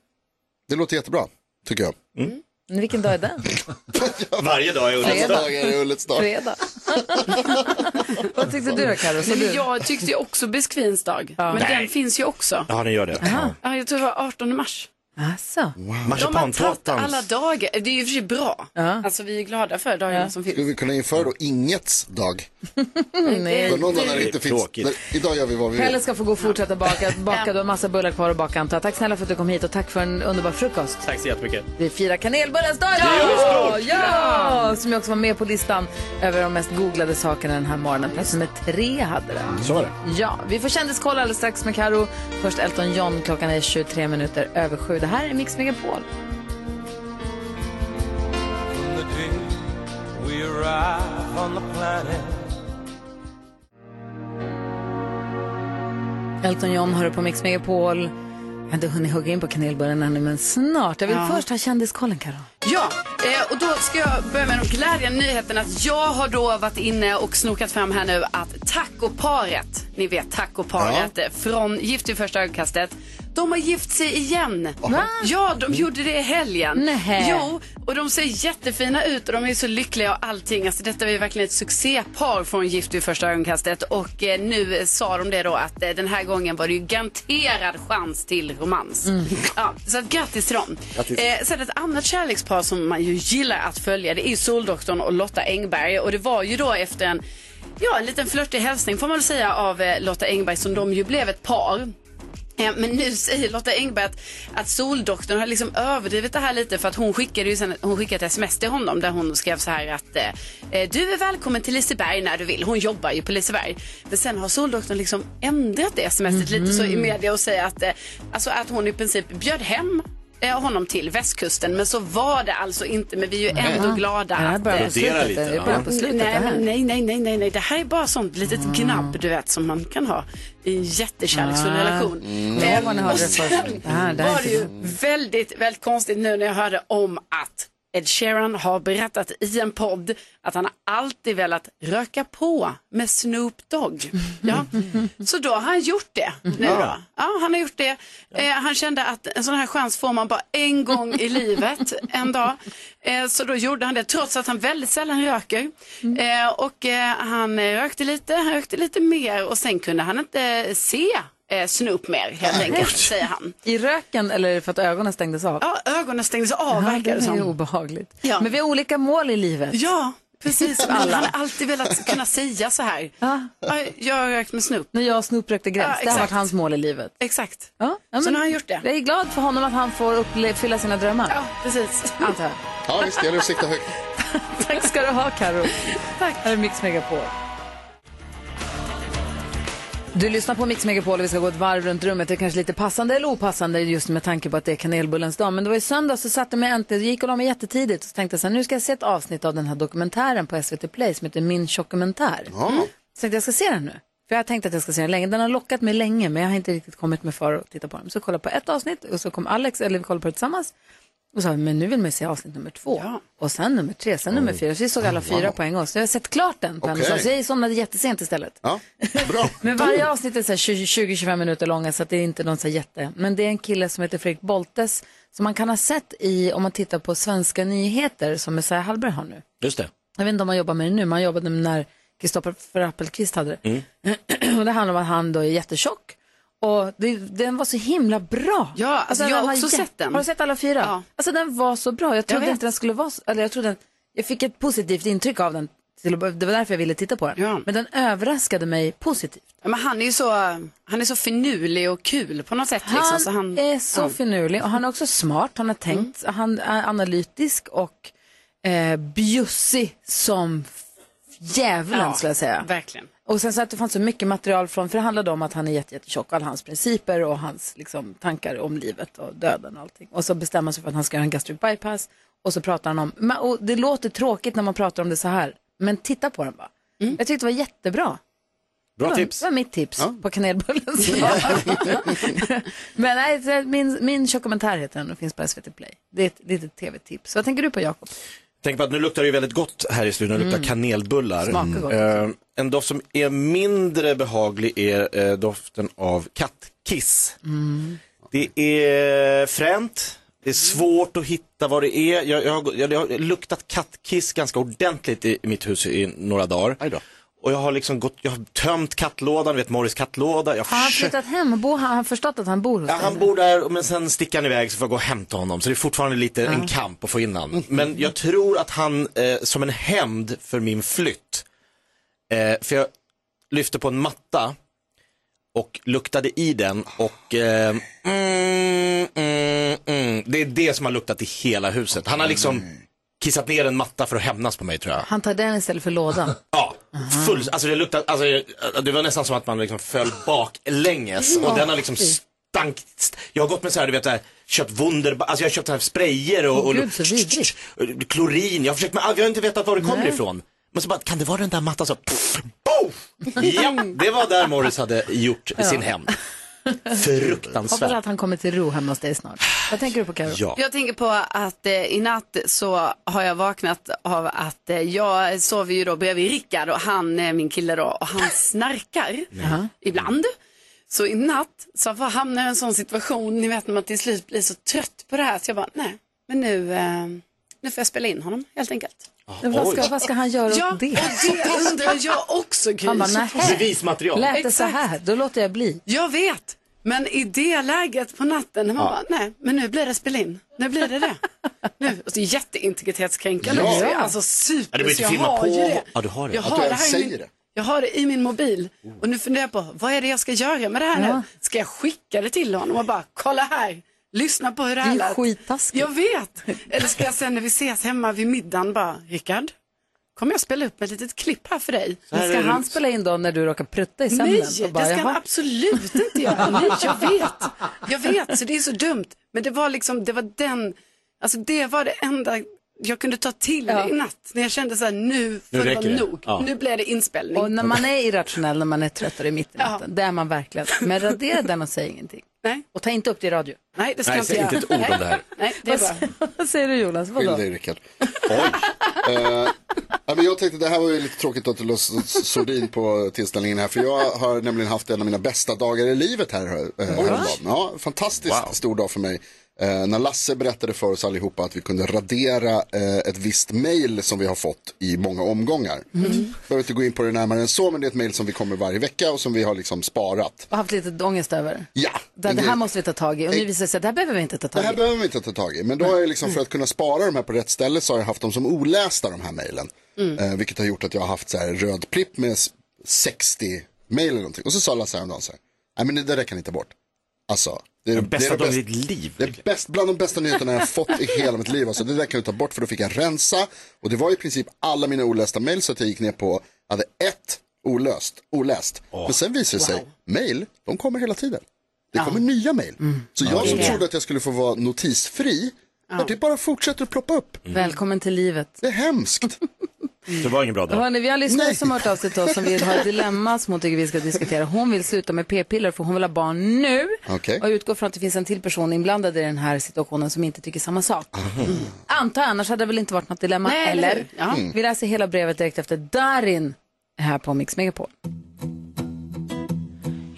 S5: Det låter jättebra, tycker jag. *laughs*
S1: Men vilken dag är den?
S3: Mm. *laughs* Varje dag är
S5: Alla
S3: Ullets dag.
S5: dagar är Ullets dag.
S1: Fredag.
S5: *laughs*
S1: Vad tyckte du då Carro? Så
S4: Nej, men
S1: du-
S4: Jag tyckte ju också biskvins dag. Men
S3: Nej.
S4: den finns ju också.
S3: Ja, den gör det. Ja.
S4: Ja, jag tror det var 18 mars.
S1: Alltså.
S4: De har tagit
S3: Marsipantårtans.
S4: alla dagar. Det är ju i och för sig bra. Alltså vi är glada för dagarna som finns.
S5: Skulle vi kunna införa då ingets dag?
S1: Nej.
S5: För någon dag där det inte finns. Där, idag gör vi vad vi vill.
S1: Pelle ska få gå och fortsätta baka. baka. Du har massa bullar kvar att baka antar jag. Tack snälla för att du kom hit och tack för en underbar frukost.
S13: Tack så jättemycket.
S1: Vi firar kanelbullens dag
S7: Det gör vi
S1: idag!
S7: stort!
S1: Ja! Som ju också var med på listan över de mest googlade sakerna den här morgonen. Plats nummer tre hade den.
S3: Så var det.
S1: Ja, vi får kändiskoll alldeles strax med Karo. Först Elton John, klockan är 23 minuter över sju. Det här är Mix Megapol.
S15: From the day we arrive on the planet.
S1: Elton John hör på Mix Megapol. Jag har inte hunnit hugga in på kanelbullen ännu, men snart. Jag vill
S4: Ja.
S1: först ha kändiskollen, Karo.
S4: Ja, eh, och då ska jag börja med de glädjande nyheterna att jag har då varit inne och snokat fram här nu att tacoparet, ni vet tacoparet
S8: Ja.
S4: eh, från Gift i första ögonkastet, de har gift sig igen.
S8: Va?
S4: Ja, de gjorde det i helgen.
S8: Nähä.
S4: Jo, och de ser jättefina ut och de är så lyckliga och allting. Alltså detta var ju verkligen ett succépar från Gift vid första ögonkastet och eh, nu eh, sa de det då att eh, den här gången var det ju garanterad chans till romans. Ja, så att grattis till dem.
S8: Grattis.
S4: Eh, sen ett annat kärlekspar som man ju gillar att följa det är ju Soldoktorn och Lotta Engberg och det var ju då efter en Ja, en liten flörtig hälsning får man väl säga av eh, Lotta Engberg som de ju blev ett par. Eh, Men nu säger Lotta Engberg att, att Soldoktorn har liksom överdrivit det här lite för att hon skickade ju sen, hon skickade ett sms till honom där hon skrev så här att eh, eh, du är välkommen till Liseberg när du vill. Hon jobbar ju på Liseberg. Men sen har Soldoktorn liksom ändrat det smset lite så i
S8: Mhm.
S4: media och säger att, eh, alltså att hon i princip bjöd hem eh, honom till västkusten men så var det alltså inte men vi är ju
S8: Nej.
S4: ändå glada
S8: Det här
S4: att...
S8: börjar på
S4: eh,
S8: slutet, Brodera lite, det börjar på ja. slutet,
S4: nej,
S8: det här. Mm.
S4: men nej, nej, nej, nej, nej, det här är bara sånt litet gnabb du vet som man kan ha i en jättekärleksfull
S1: Ah.
S4: relation.
S1: Mm.
S4: Eh,
S1: Ja, vad ni hörde
S4: och
S1: det
S4: sen
S1: först. Det här- det här är
S4: var det ju
S1: inte
S4: väldigt, väldigt konstigt nu när jag hörde om att Ed Sheeran har berättat i en podd att han har alltid velat röka på med Snoop Dogg. Ja.
S1: *laughs*
S4: Så då har han gjort det
S1: Mm.
S4: nu då.
S8: Ja.
S4: Ja, han har gjort det. Eh, han kände att en sån här chans får man bara en gång i livet, en dag. Eh, så då gjorde han det, trots att han väldigt sällan röker.
S1: Mm.
S4: Eh, och eh, han eh, rökte lite, han rökte lite mer och sen kunde han inte se eh, sno upp mer helt enkelt, säger han.
S1: I röken eller är det för att ögonen stängdes av?
S4: Ja, ögonen stängdes av verkar det
S1: det är
S4: som.
S1: ju obehagligt.
S4: Ja.
S1: Men vi har olika mål i livet.
S4: Ja, precis.
S1: *laughs* Alla.
S4: Han har alltid velat kunna säga så här. Ja, Jag har rökt med Snoop.
S1: När jag och Snoop rökte gräs,
S4: Ja,
S1: det har
S4: exakt.
S1: varit hans mål i livet.
S4: Exakt.
S1: Ja, ja,
S4: Så nu har han gjort det.
S1: Jag är glad för honom att han får uppfylla sina drömmar. Ja,
S4: precis.
S1: Antar jag.
S5: Ja, visst, det gäller att sikta högt.
S1: *laughs* Tack ska du ha, Karo. Tack. Här är Mix Megapol. Du lyssnar på Mix Megapol och vi ska gå ett varv runt rummet. Det är kanske lite passande eller opassande just med tanke på att det är kanelbullens dag. Men det var i söndag så satte jag mig äntligen, gick och la mig jättetidigt och så tänkte jag så här, nu ska jag se ett avsnitt av den här dokumentären på SVT Play som heter Min tjockumentär. Mm. Så tänkte jag, jag ska se den nu. För jag har tänkt att jag ska se den länge. Den har lockat mig länge men jag har inte riktigt kommit mig för att titta på den. Så jag kollade på ett avsnitt och så kom Alex, eller vi kollade på det tillsammans. Och sa, men nu vill man ju se avsnitt nummer två. Och sen nummer tre, sen nummer fyra. Så vi såg alla
S8: Wow.
S1: fyra på en gång. Så jag har sett klart den på en
S8: Okej.
S1: gång. Så jag somnade jättesent istället.
S5: Ja,
S1: Men varje avsnitt är så här 20 20-25 minuter långa så att det är inte någon så här jätte. Men det är en kille som heter Fredrik Boltes som man kan ha sett i, om man tittar på svenska nyheter som Messiah Hallberg har nu.
S3: Just det.
S1: Jag vet inte om han jobbar med det nu, men han jobbade med när Kristoffer Appelqvist hade det. *clears throat* Och det handlar om att han då är jättetjock. Och det, den var så himla bra. Ja,
S4: alltså, jag har också sett den.
S1: Har du sett alla fyra?
S4: Ja.
S1: Alltså den var så bra. Jag trodde
S4: vet.
S1: inte den skulle vara så, eller jag trodde den, jag fick ett positivt intryck av den. Till att börja- Det var därför jag ville titta på den. Men den överraskade mig positivt.
S4: Men han är ju så, han är så finurlig och kul på något sätt. liksom,
S1: Han
S4: så han
S1: är så
S4: ja. Mm.
S1: finurlig och han är också smart. Han har tänkt, han är analytisk och eh, bjussig som f- djävulen
S4: Ja,
S1: skulle jag säga.
S4: Verkligen.
S1: Och sen så att det fanns så mycket material från, för det handlade om att han är jätte, jättetjock, alla hans principer och hans liksom, tankar om livet och döden och allting. Och så bestämmer han sig för att han ska göra en gastric bypass och så pratar han om, men- och det låter tråkigt när man pratar om det så här, men titta på den bara. Jag tyckte det var jättebra.
S3: Bra
S1: det var,
S3: tips.
S1: Det var mitt tips
S3: Ja.
S1: på kanelbullens dag. *laughs* Men nej, så min, min tjockumentär heter den och finns på SVT Play. Det är ett litet tv-tips. Vad tänker du på Jakob?
S3: Tänk på att nu luktar det ju väldigt gott här i studion, det luktar
S1: Mm.
S3: kanelbullar.
S1: Smakar gott.
S3: Eh, en doft som är mindre behaglig är eh, doften av kattkiss.
S1: Mm.
S3: Det är fränt, det är svårt att hitta vad det är. Jag, jag, har, jag, har luktat kattkiss ganska ordentligt i, i mitt hus i några dagar. Och jag har liksom gått, jag har tömt kattlådan, vet Morris kattlåda. Jag
S1: Har han
S3: försöker-
S1: flyttat hem och bor, har han förstått att han bor hos
S3: Ja,
S1: dig
S3: han
S1: nu?
S3: bor där, men sen sticker han iväg så får jag gå och hämta honom. Så det är fortfarande lite en kamp att få in honom. Men jag tror att han, eh, som en hämnd för min flytt, eh, för jag lyfte på en matta och luktade i den och eh, mm, mm, mm, det är det som har luktat i hela huset. Han har liksom kissat ner en matta för att hämnas på mig tror jag.
S1: Han tar den istället för lådan.
S3: *laughs* Ja, full, alltså det luktar, alltså det- det var nästan som att man liksom föll baklänges och
S1: Ja.
S3: den har liksom stank, st- jag har gått med så här, du vet så här, köpt wunder, alltså jag har köpt så här sprayer och, och
S1: Gud, så vidrigt.
S3: klorin, jag har försökt med, all- jag har inte vetat var det kommer
S1: Nej.
S3: ifrån. Men så bara, kan det vara den där mattan så, pff, boff! Ja, det var där Morris hade gjort
S1: Ja.
S3: sin hämnd.
S1: Hoppas
S3: Fruktansvärt.
S1: att han kommer till ro hemma hos dig snart. Vad tänker du på Karo?
S3: Ja.
S4: Jag tänker på att eh, i natt så har jag vaknat av att eh, jag sover ju då bredvid Rickard och han är min kille då och
S1: *laughs*
S4: han snarkar ibland. Så i natt så var- hamnade jag i en sån situation, ni vet när man till slut blir så trött på det här så jag bara nej, men nu, eh, nu får jag spela in honom helt enkelt.
S1: Men vad ska- oj. vad ska han göra åt
S4: ja,
S1: det?
S4: och det undrar jag också Gry.
S1: Han bara, nähä.
S3: Bevismaterial.
S1: Lät det så här, då låter jag bli.
S4: Jag vet, men i det läget på natten när man bara, nej, men nu blir det spela in. Nu blir
S3: *laughs*
S4: det det. nu. Och det är jätteintegritetskränkande
S3: Ja.
S4: också. Alltså
S3: Ja,
S4: super.
S3: det går inte
S4: så jag
S3: filma
S4: har
S3: på.
S4: ju
S3: Ja, du har det.
S4: Jag
S3: Att
S4: har
S3: du
S4: det
S3: ens
S4: här i
S3: säger
S4: min,
S3: det.
S4: jag har det i min mobil. Och nu funderar jag på, vad är det jag ska göra med det här nu? Ska jag skicka det till honom och bara, kolla här. Lyssna på hur det här
S1: Det är
S4: skittaskigt. Jag vet. Eller ska jag sen när vi ses hemma vid middagen bara, Rickard, kommer jag spela upp ett litet klipp här för dig?
S1: Men ska han spela in då när du råkar prutta i sömnen?
S4: Nej,
S1: Och bara,
S4: det ska han
S1: jaha.
S4: absolut inte
S1: *laughs*
S4: göra. Nej, jag vet. Jag vet, så det är så dumt. Men det var liksom, det var den, alltså det var det enda jag kunde ta till i natt. När jag kände så här, nu får det
S1: Nu
S4: vara
S1: räcker det.
S4: nog.
S1: Ja.
S4: Nu blir det inspelning.
S1: Och när man är irrationell, när man är trött och det är mitt i natten, det är man verkligen. Men radera den och säg ingenting.
S4: Nej.
S1: Och ta inte upp det i radio.
S4: Nej, det
S5: ska Nej, jag inte säg göra. inte ett ord om det här.
S4: Nej,
S1: det är bra. *laughs* Vad säger du Jonas?
S5: Skyll
S1: Vadå?
S5: dig Rickard.
S1: *laughs*
S5: Oj. Eh, men jag tänkte det här var ju lite tråkigt att du la s- sordin på tillställningen här. För jag har nämligen haft en av mina bästa dagar i livet här eh, häromdagen. Ja, fantastiskt stor dag för mig. Eh, när Lasse berättade för oss allihopa att vi kunde radera eh, ett visst mail som vi har fått i många omgångar.
S1: Mm.
S5: Behöver inte gå in på det närmare än så, men det är ett mail som vi kommer varje vecka och som vi har liksom sparat.
S1: Och haft lite ångest över.
S5: Ja,
S1: Det,
S5: men
S1: det här måste vi ta tag i. Och nu visar det sig att det här behöver vi inte ta
S5: det
S1: tag
S5: här
S1: i.
S5: behöver vi inte ta tag i, men då har jag liksom för att kunna spara de här på rätt ställe så har jag haft dem som olästa de här mejlen.
S1: Mm.
S5: Eh, vilket har gjort att jag har haft så här röd plipp med s- 60 mejl eller någonting. Och så sa Lasse häromdagen så här, nej men det där kan ni ta bort. Alltså, det är
S3: Den bästa
S5: det är
S3: dagen i
S5: det
S3: ditt liv.
S5: Det är bäst, bland de bästa nyheterna jag har fått i hela mitt liv. Alltså, det där kan du ta bort för då fick jag rensa. Och det var i princip alla mina olästa mejl så att jag gick ner på, jag hade ett olöst, oläst. Men sen visade det sig, mejl, de kommer hela tiden. Det kommer nya mejl. Så
S1: Mm. Ja,
S5: jag
S1: det är
S5: som
S1: det.
S5: trodde att jag skulle få vara notisfri,
S1: Ja.
S5: ja. det bara fortsätter att ploppa upp.
S1: Välkommen till livet.
S5: Det är hemskt.
S3: Det var ingen bra dag.
S1: Hörrni, vi har lyssnare som har hört av sig till oss som vill ha dilemma som hon tycker vi ska diskutera. Hon vill sluta med p-piller för hon vill ha barn nu.
S5: Okej.
S1: Och jag utgår från att det finns en till person inblandad i den här situationen som inte tycker samma sak. Antar jag, annars hade det väl inte varit något dilemma,
S4: Nej, eller
S1: eller?
S4: hur? Ja.
S1: Mm. Vi läser hela brevet direkt efter Darin här på Mix Megapol.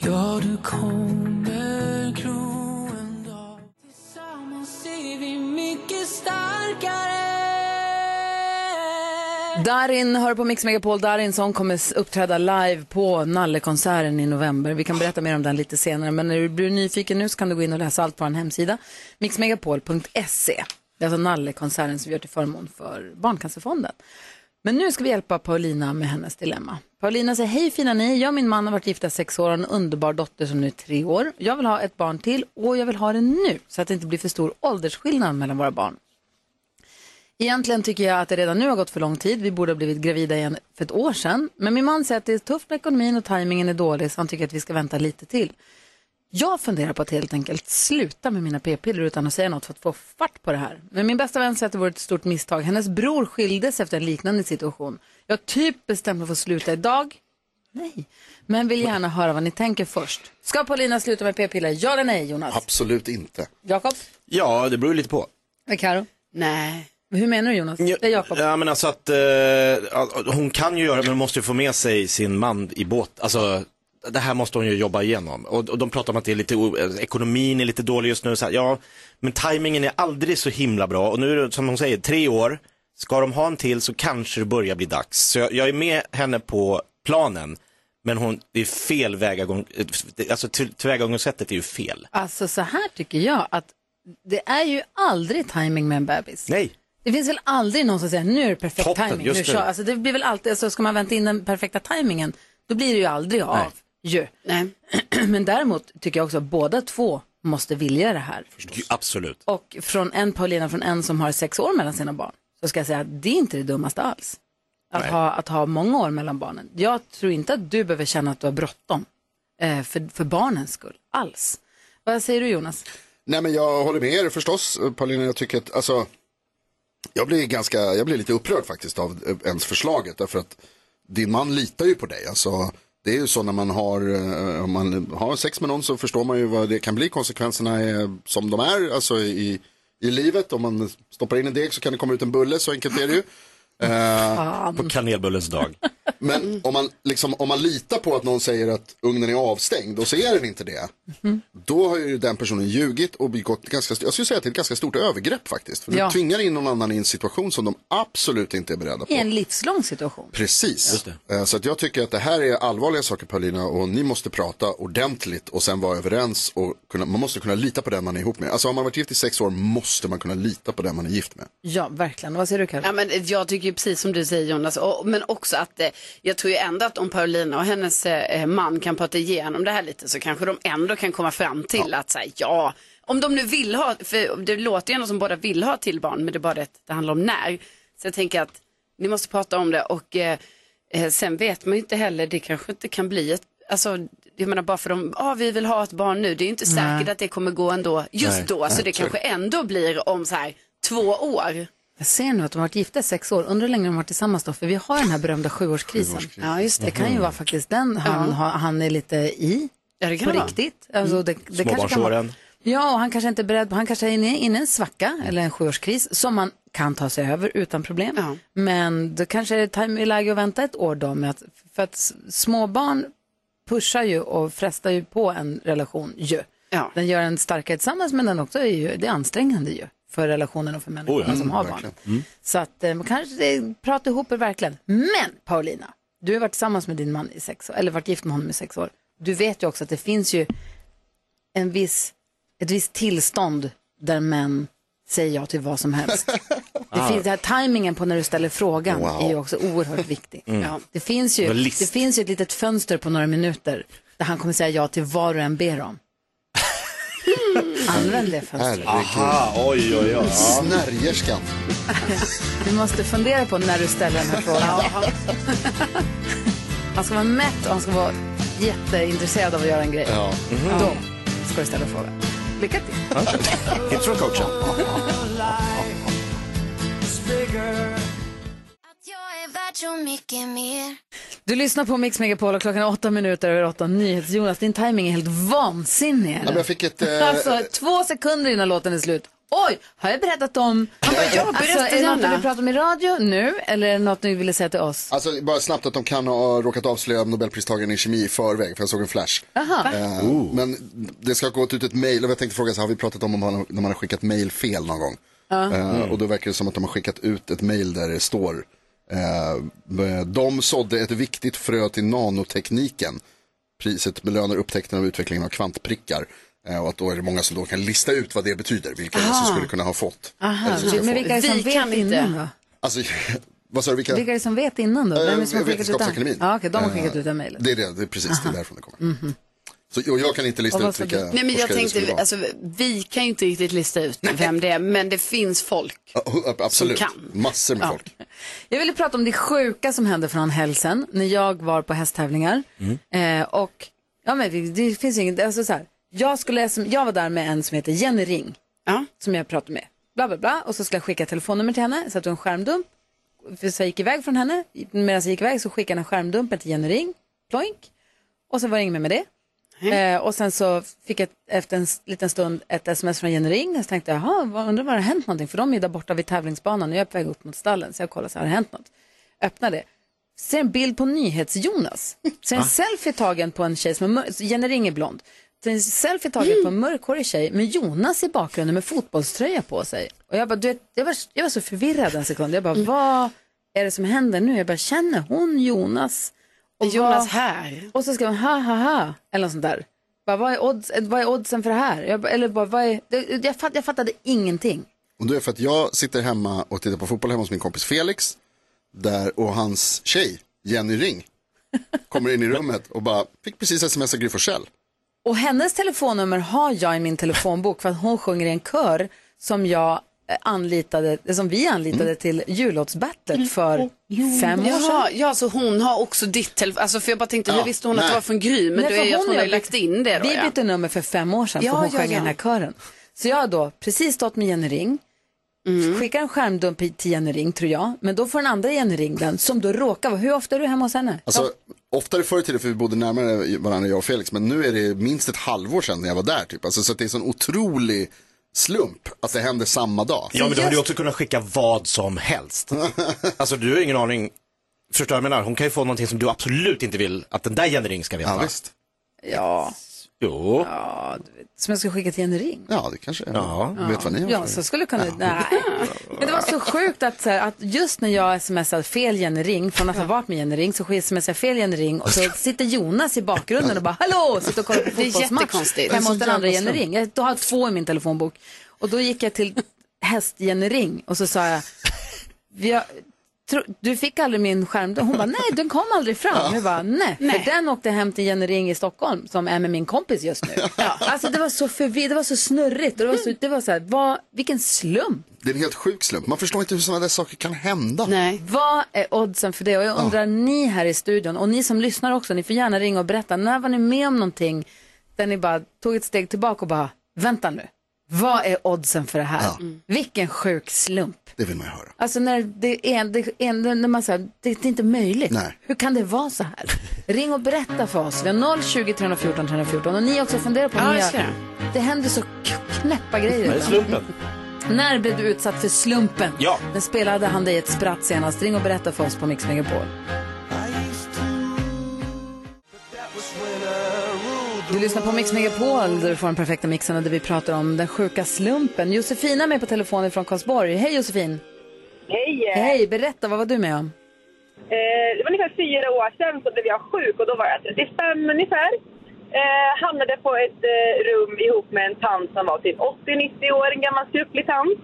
S15: Ja, du kommer gro en dag
S7: Tillsammans är vi mycket starkare
S1: Darin hör på Mix Megapol. Darin som kommer s- uppträda live på Nallekonserten i november. Vi kan berätta mer om den lite senare. Men när du blir nyfiken nu så kan du gå in och läsa allt på vår hemsida. Mixmegapol.se. Det är alltså Nallekonserten som vi gör till förmån för Barncancerfonden. Men nu ska vi hjälpa Paulina med hennes dilemma. Paulina säger, hej fina ni, jag och min man har varit gifta sex år och en underbar dotter som nu är tre år. Jag vill ha ett barn till och jag vill ha det nu så att det inte blir för stor åldersskillnad mellan våra barn. Egentligen tycker jag att det redan nu har gått för lång tid. Vi borde ha blivit gravida igen för ett år sedan. Men min man säger att det är tufft med ekonomin och tajmingen är dålig så han tycker att vi ska vänta lite till. Jag funderar på att helt enkelt sluta med mina p-piller utan att säga något för att få fart på det här. Men min bästa vän säger att det vore ett stort misstag. Hennes bror skildes efter en liknande situation. Jag har typ bestämt mig för att sluta idag. Nej. Men vill gärna höra vad ni tänker först. Ska Paulina sluta med p-piller? Ja eller nej Jonas?
S5: Absolut inte.
S1: Jakob?
S3: Ja, det beror ju lite på.
S1: Karo?
S4: Nej.
S1: Hur menar du Jonas? Det är Jakob.
S3: Ja, men alltså att, eh, att- att hon kan ju göra men hon måste ju få med sig sin man i båt. Alltså, det här måste hon ju jobba igenom. Och, och de pratar om att det är lite, o- eh, ekonomin är lite dålig just nu. Så här, ja, men tajmingen är aldrig så himla bra. Och nu är det, som hon säger, tre år. Ska de ha en till så kanske det börjar bli dags. Så jag, jag är med henne på planen. Men hon, det är fel vägagång, eh, alltså till- tillvägagångssättet är ju fel.
S1: Alltså så här tycker jag att det är ju aldrig timing med en bebis.
S3: Nej.
S1: Det finns väl aldrig någon som säger nu är det perfekt
S3: Toppen,
S1: timing.
S3: just
S1: Nu
S3: det.
S1: kör. Alltså, det blir väl alltid, alltså, ska man vänta in den perfekta timingen då blir det ju aldrig av.
S3: Nej.
S1: Ju. *clears throat* Men däremot tycker jag också att båda två måste vilja det här.
S3: Ju- Absolut.
S1: Och från en Paulina, från en som har sex år mellan sina barn, så ska jag säga att det är inte det dummaste alls. Att
S3: Nej.
S1: ha, att ha många år mellan barnen. Jag tror inte att du behöver känna att du har bråttom eh, för, för barnens skull alls. Vad säger du Jonas?
S5: Nej men jag håller med er förstås Paulina, jag tycker att, alltså, jag blir ganska, jag blir lite upprörd faktiskt av eh, ens förslaget därför att din man litar ju på dig. Alltså, det är ju så när man har, eh, om man har sex med någon så förstår man ju vad det kan bli, konsekvenserna är som de är, alltså i, i livet. Om man stoppar in en deg så kan det komma ut en bulle, så enkelt är
S3: *laughs*
S5: det ju. Eh,
S3: På kanelbullens dag.
S5: Men om man, liksom, om man litar på att någon säger att ugnen är avstängd och så är den inte det.
S1: Mm.
S5: Då har ju den personen ljugit och begått ganska, jag skulle säga att det är ett ganska stort övergrepp faktiskt. För
S1: Ja.
S5: Du tvingar in någon annan i en situation som de absolut inte är beredda på.
S1: I en livslång situation.
S5: Precis. Eh, Så att jag tycker att det här är allvarliga saker Paulina och ni måste prata ordentligt och sen vara överens och kunna, man måste kunna lita på den man är ihop med. Alltså har man varit gift i sex år måste man kunna lita på den man är gift med.
S1: Ja, verkligen. Vad säger du Karin?
S4: Ja, men jag tycker ju precis som du säger Jonas, och, men också att eh, jag tror ju ändå att om Paulina och hennes eh, man kan prata igenom det här lite så kanske de ändå kan komma fram till att så här, ja, om de nu vill ha, för det låter ju ändå som båda vill ha till barn, men det är bara det att det handlar om när. Så jag tänker att ni måste prata om det och eh, eh, sen vet man ju inte heller, det kanske inte kan bli ett, alltså jag menar bara för de, ja ah, vi vill ha ett barn nu, det är ju inte
S1: Nej.
S4: säkert att det kommer gå ändå, just
S1: Nej.
S4: då, så
S1: Nej,
S4: det
S1: så är
S4: kanske
S1: det.
S4: ändå blir om så här två år.
S1: Jag ser nu att de har varit gifta i sex år. Undrar hur länge de har varit tillsammans då, för vi har den här berömda sjuårskrisen.
S4: Sjuårskrisen. Ja, just det.
S1: det kan ju
S3: Mm.
S4: Mhm.
S1: vara faktiskt den han,
S4: Ja.
S1: har- han är lite i.
S4: Ja, det kan
S1: på
S4: det vara.
S1: riktigt. Alltså, det, det kanske kan vara.
S3: Mm. Småbarnsåren.
S1: Ja, och han kanske inte är beredd på, han kanske är inne inne i en svacka eller en sjuårskris som man kan ta sig över utan problem. Men då kanske det är time- läge att vänta ett år då med att, för att s- småbarn pushar ju och frestar ju på en relation ju. Den gör en starkare tillsammans men den också är ju, det är ansträngande ju för relationen och för människorna
S4: Oh Alltså,
S1: som har barn.
S5: Mm.
S1: Så att eh, man kanske eh, pratar ihop er verkligen. Men Paulina, du har varit tillsammans med din man i sex år, eller varit gift med honom i sex år. Du vet ju också att det finns ju en viss, ett visst tillstånd där män säger ja till vad
S8: *laughs*
S1: som helst. Det
S8: Ah.
S1: finns, den här tajmingen på när du ställer frågan
S8: Wow.
S1: är ju också oerhört viktig.
S8: Mm.
S1: Ja. Det, finns ju,
S8: Vad list.
S1: det finns ju ett litet fönster på några minuter där han kommer säga ja till vad du än
S8: *laughs*
S1: ber om. Använd det fönstret.
S3: Aha, oj, oj, oj.
S5: Snärjerskan.
S1: Du måste fundera på när du ställer den här frågan. Han ska vara mätt och han ska vara jätteintresserad av att göra en
S4: Eh,
S1: grej. Mm-hmm.
S5: Ja. Mhm.
S1: Då ska du ställa frågan. Lycka till!
S3: Tips från coachen.
S1: Du lyssnar på Mix Megapol och klockan är åtta minuter över åtta. NyhetsJonas, din timing är helt vansinnig. eller?
S5: Ja, men jag fick ett... Eh,
S1: *laughs* Alltså, två sekunder innan låten är slut. Oj, har jag berättat om... alltså, är det något du vill prata om i radio nu eller är det något du ville säga till oss?
S5: Alltså bara snabbt att de kan ha råkat avslöja Nobelpristagaren i kemi i förväg, för jag såg en flash.
S1: Aha.
S5: Eh, Men det ska ha gått ut ett mejl och jag tänkte fråga så här, har vi pratat om om man, när man har skickat mejl fel någon gång?
S1: Ja.
S5: Eh,
S1: Mm.
S5: Och då verkar det som att de har skickat ut ett mejl där det står eh, De sådde ett viktigt frö till nanotekniken. Priset belönar upptäckten av utvecklingen av kvantprickar. Eh, och att då är det många som då kan lista ut vad det betyder, vilka
S1: Aha.
S5: som skulle kunna ha fått.
S1: Aha,
S5: eller som ska
S1: men
S5: få.
S1: vilka är det som
S4: Vi
S1: vet
S4: kan inte.
S1: innan då?
S5: Alltså, *laughs* vad sa du, vilka?
S1: Vilka är det som vet innan då? Vem är det som har
S5: Eh,
S1: skickat ut den?
S5: Vetenskapsakademin.
S1: Ja, okej, de har
S5: Eh,
S1: skickat ut det mejlet. Mhm.
S5: Det är det, det är precis, det är därifrån det kommer. Så, och jag kan inte
S4: Och
S5: lista
S4: vad
S5: ut
S4: sa
S5: vilka
S4: du? Nej, men jag
S5: forskare det skulle
S4: tänkte,
S5: vara.
S4: alltså, vi kan ju inte riktigt lista ut vem det är, men det finns folk.
S5: Ja, Absolut,
S4: som kan.
S5: massor med
S1: Ja.
S5: folk.
S1: Jag ville prata om det sjuka som hände från hälsen när jag var på hästtävlingar. Eh, och ja, men vi- det finns inget, alltså så här, jag, skulle, som- jag var där med en som heter Jenny Ring, som jag pratade med. Bla, bla, bla. Och så skulle jag skicka telefonnummer till henne, så att en skärmdump. För Så jag gick iväg från henne, medan jag gick iväg så skickade jag den här skärmdumpen till Jenny Ring, ploink. Och så var det inget mer med det. Eh, och sen så fick jag efter en s- liten stund ett sms från Jenny Ring. Och så tänkte jag, jaha, vad- undrar vad det har hänt någonting? För de är där borta vid tävlingsbanan och jag är på väg upp mot stallen. Så jag kollar, så här, har det hänt något? Öppnar det. Ser en bild på NyhetsJonas. Ser en
S8: Va?
S1: selfie tagen på en tjej som är mör- så Jenny Ring är blond. Ser en selfie tagen på en mörkhårig tjej med Jonas i bakgrunden med fotbollströja på sig. Och jag bara, du vet, jag var, jag var så förvirrad en sekund. Jag bara,
S4: Mm.
S1: vad är det som händer nu? Jag bara, känner hon Jonas? Och
S4: Jonas
S1: vad-
S4: här.
S1: Och så ska man ha ha ha eller något sånt där. Bara, vad, är odds, eh, vad är oddsen för det här? Jag, bara- eller bara, vad är, det, jag, fatt, jag fattade ingenting.
S5: Och det är för att jag sitter hemma och tittar på fotboll hemma hos min kompis Felix. Där, och hans tjej, Jenny
S4: *laughs*
S5: Ring, kommer in i rummet och bara, fick precis sms av Gry Forssell.
S1: Och hennes telefonnummer har jag i min telefonbok för att hon sjunger i en kör som jag eh, anlitade, eh, som vi anlitade
S4: Mm.
S1: till jullåtsbattlet för fem år sedan.
S4: Jaha, ja, så hon har också ditt telefon. Alltså, för jag bara tänkte, hur
S1: Ja,
S4: visste hon att
S1: nej.
S4: det var från Gry? Men
S1: Nej,
S4: då
S1: för
S4: är det att
S1: hon
S4: hon
S1: har
S4: har
S1: bytt-
S4: lagt in det då.
S1: Vi
S4: ja.
S1: bytte nummer för fem år sedan
S4: Ja,
S1: för hon
S4: ja,
S1: sjöng i
S4: ja.
S1: den här kören. Så jag har då precis stått med Jenny Ring,
S4: Mm.
S1: skickar en skärmdump till Jenny Ring tror jag, men då får den andra Jenny Ring den som då råkar vara, hur ofta är du hemma hos henne?
S5: Alltså, oftare förr i tiden, för vi bodde närmare varandra, jag och Felix, men nu är det minst ett halvår sedan när jag var där. Typ. Alltså, så att det är en sån otrolig slump att det händer samma dag.
S3: Ja, men du hade ju också kunnat skicka vad som *laughs* helst. Alltså, du har ingen aning. Förstår du vad jag menar? Hon kan ju få någonting som du absolut inte vill att den där generingen ska veta. Ja, visst.
S1: Ja.
S3: Jo.
S1: Som jag ska skicka till Jenny Ring.
S5: Ja, det kanske är.
S3: Ja.
S5: Vet vad ni har
S1: Ja,
S5: för-
S1: så skulle kunna, nej. Men det var så sjukt att, så här, att just när jag smsade fel Jenny Ring, från att ha varit med Jenny Ring, så smsade jag fel Jenny Ring och så
S5: *laughs*
S1: sitter Jonas i bakgrunden och bara hallå, sitter och kollar på
S4: *laughs* Det är
S1: fotbollsmatch
S4: jättekonstigt.
S1: hemma
S4: Det är
S1: hos
S4: så
S1: den andra
S4: jävla
S1: Jenny Ring. Jag då har jag två i min telefonbok och då gick jag till häst-Jenny Ring och så sa jag, vi har, tro, du fick aldrig min skärm då? Hon bara, nej den kom aldrig fram. Jag bara, nej,
S4: Nej.
S1: för den åkte hem till Jenny Ring i Stockholm som är med min kompis just nu. Alltså det var så förvirrat, det var så snurrigt och det var så, det var så här, vad, vilken slump.
S5: Det är en helt sjuk slump. Man förstår inte hur sådana där saker kan hända.
S4: Nej.
S1: Vad är oddsen för det? Och jag undrar ni här i studion och ni som lyssnar också, ni får gärna ringa och berätta. När var ni med om någonting där ni bara tog ett steg tillbaka och bara, vänta nu, vad är oddsen för det här? Vilken sjuk slump.
S5: Det vill man ju höra.
S1: Alltså när det är, det är när man säger, det, det är inte möjligt.
S5: Nej.
S1: Hur kan det vara så här? Ring och berätta för oss. Vi har 020 314 314 och ni också funderar på
S4: Ja,
S1: om ni
S4: det
S1: gör-
S4: ska jag.
S1: Det händer så k- knäppa grejer.
S3: Det är
S1: ibland.
S3: slumpen.
S1: När blev du utsatt för slumpen?
S3: Ja.
S1: När spelade han dig ett spratt senast? Ring och berätta för oss på Mix Megapol.
S15: That was when I ruled
S1: Du lyssnar på Mix Megapol där du får den perfekta mixen och där vi pratar om den sjuka slumpen. Josefina är med på telefonen från Karlsborg. Hej Josefin!
S14: Hej!
S1: Hej, berätta, vad var du med om?
S14: Eh, det var ungefär fyra år sedan så blev jag sjuk och då var jag 35 ungefär. Eh, hamnade på ett eh, rum ihop med en tant som var typ 80-90 år, en gammal skröplig tant.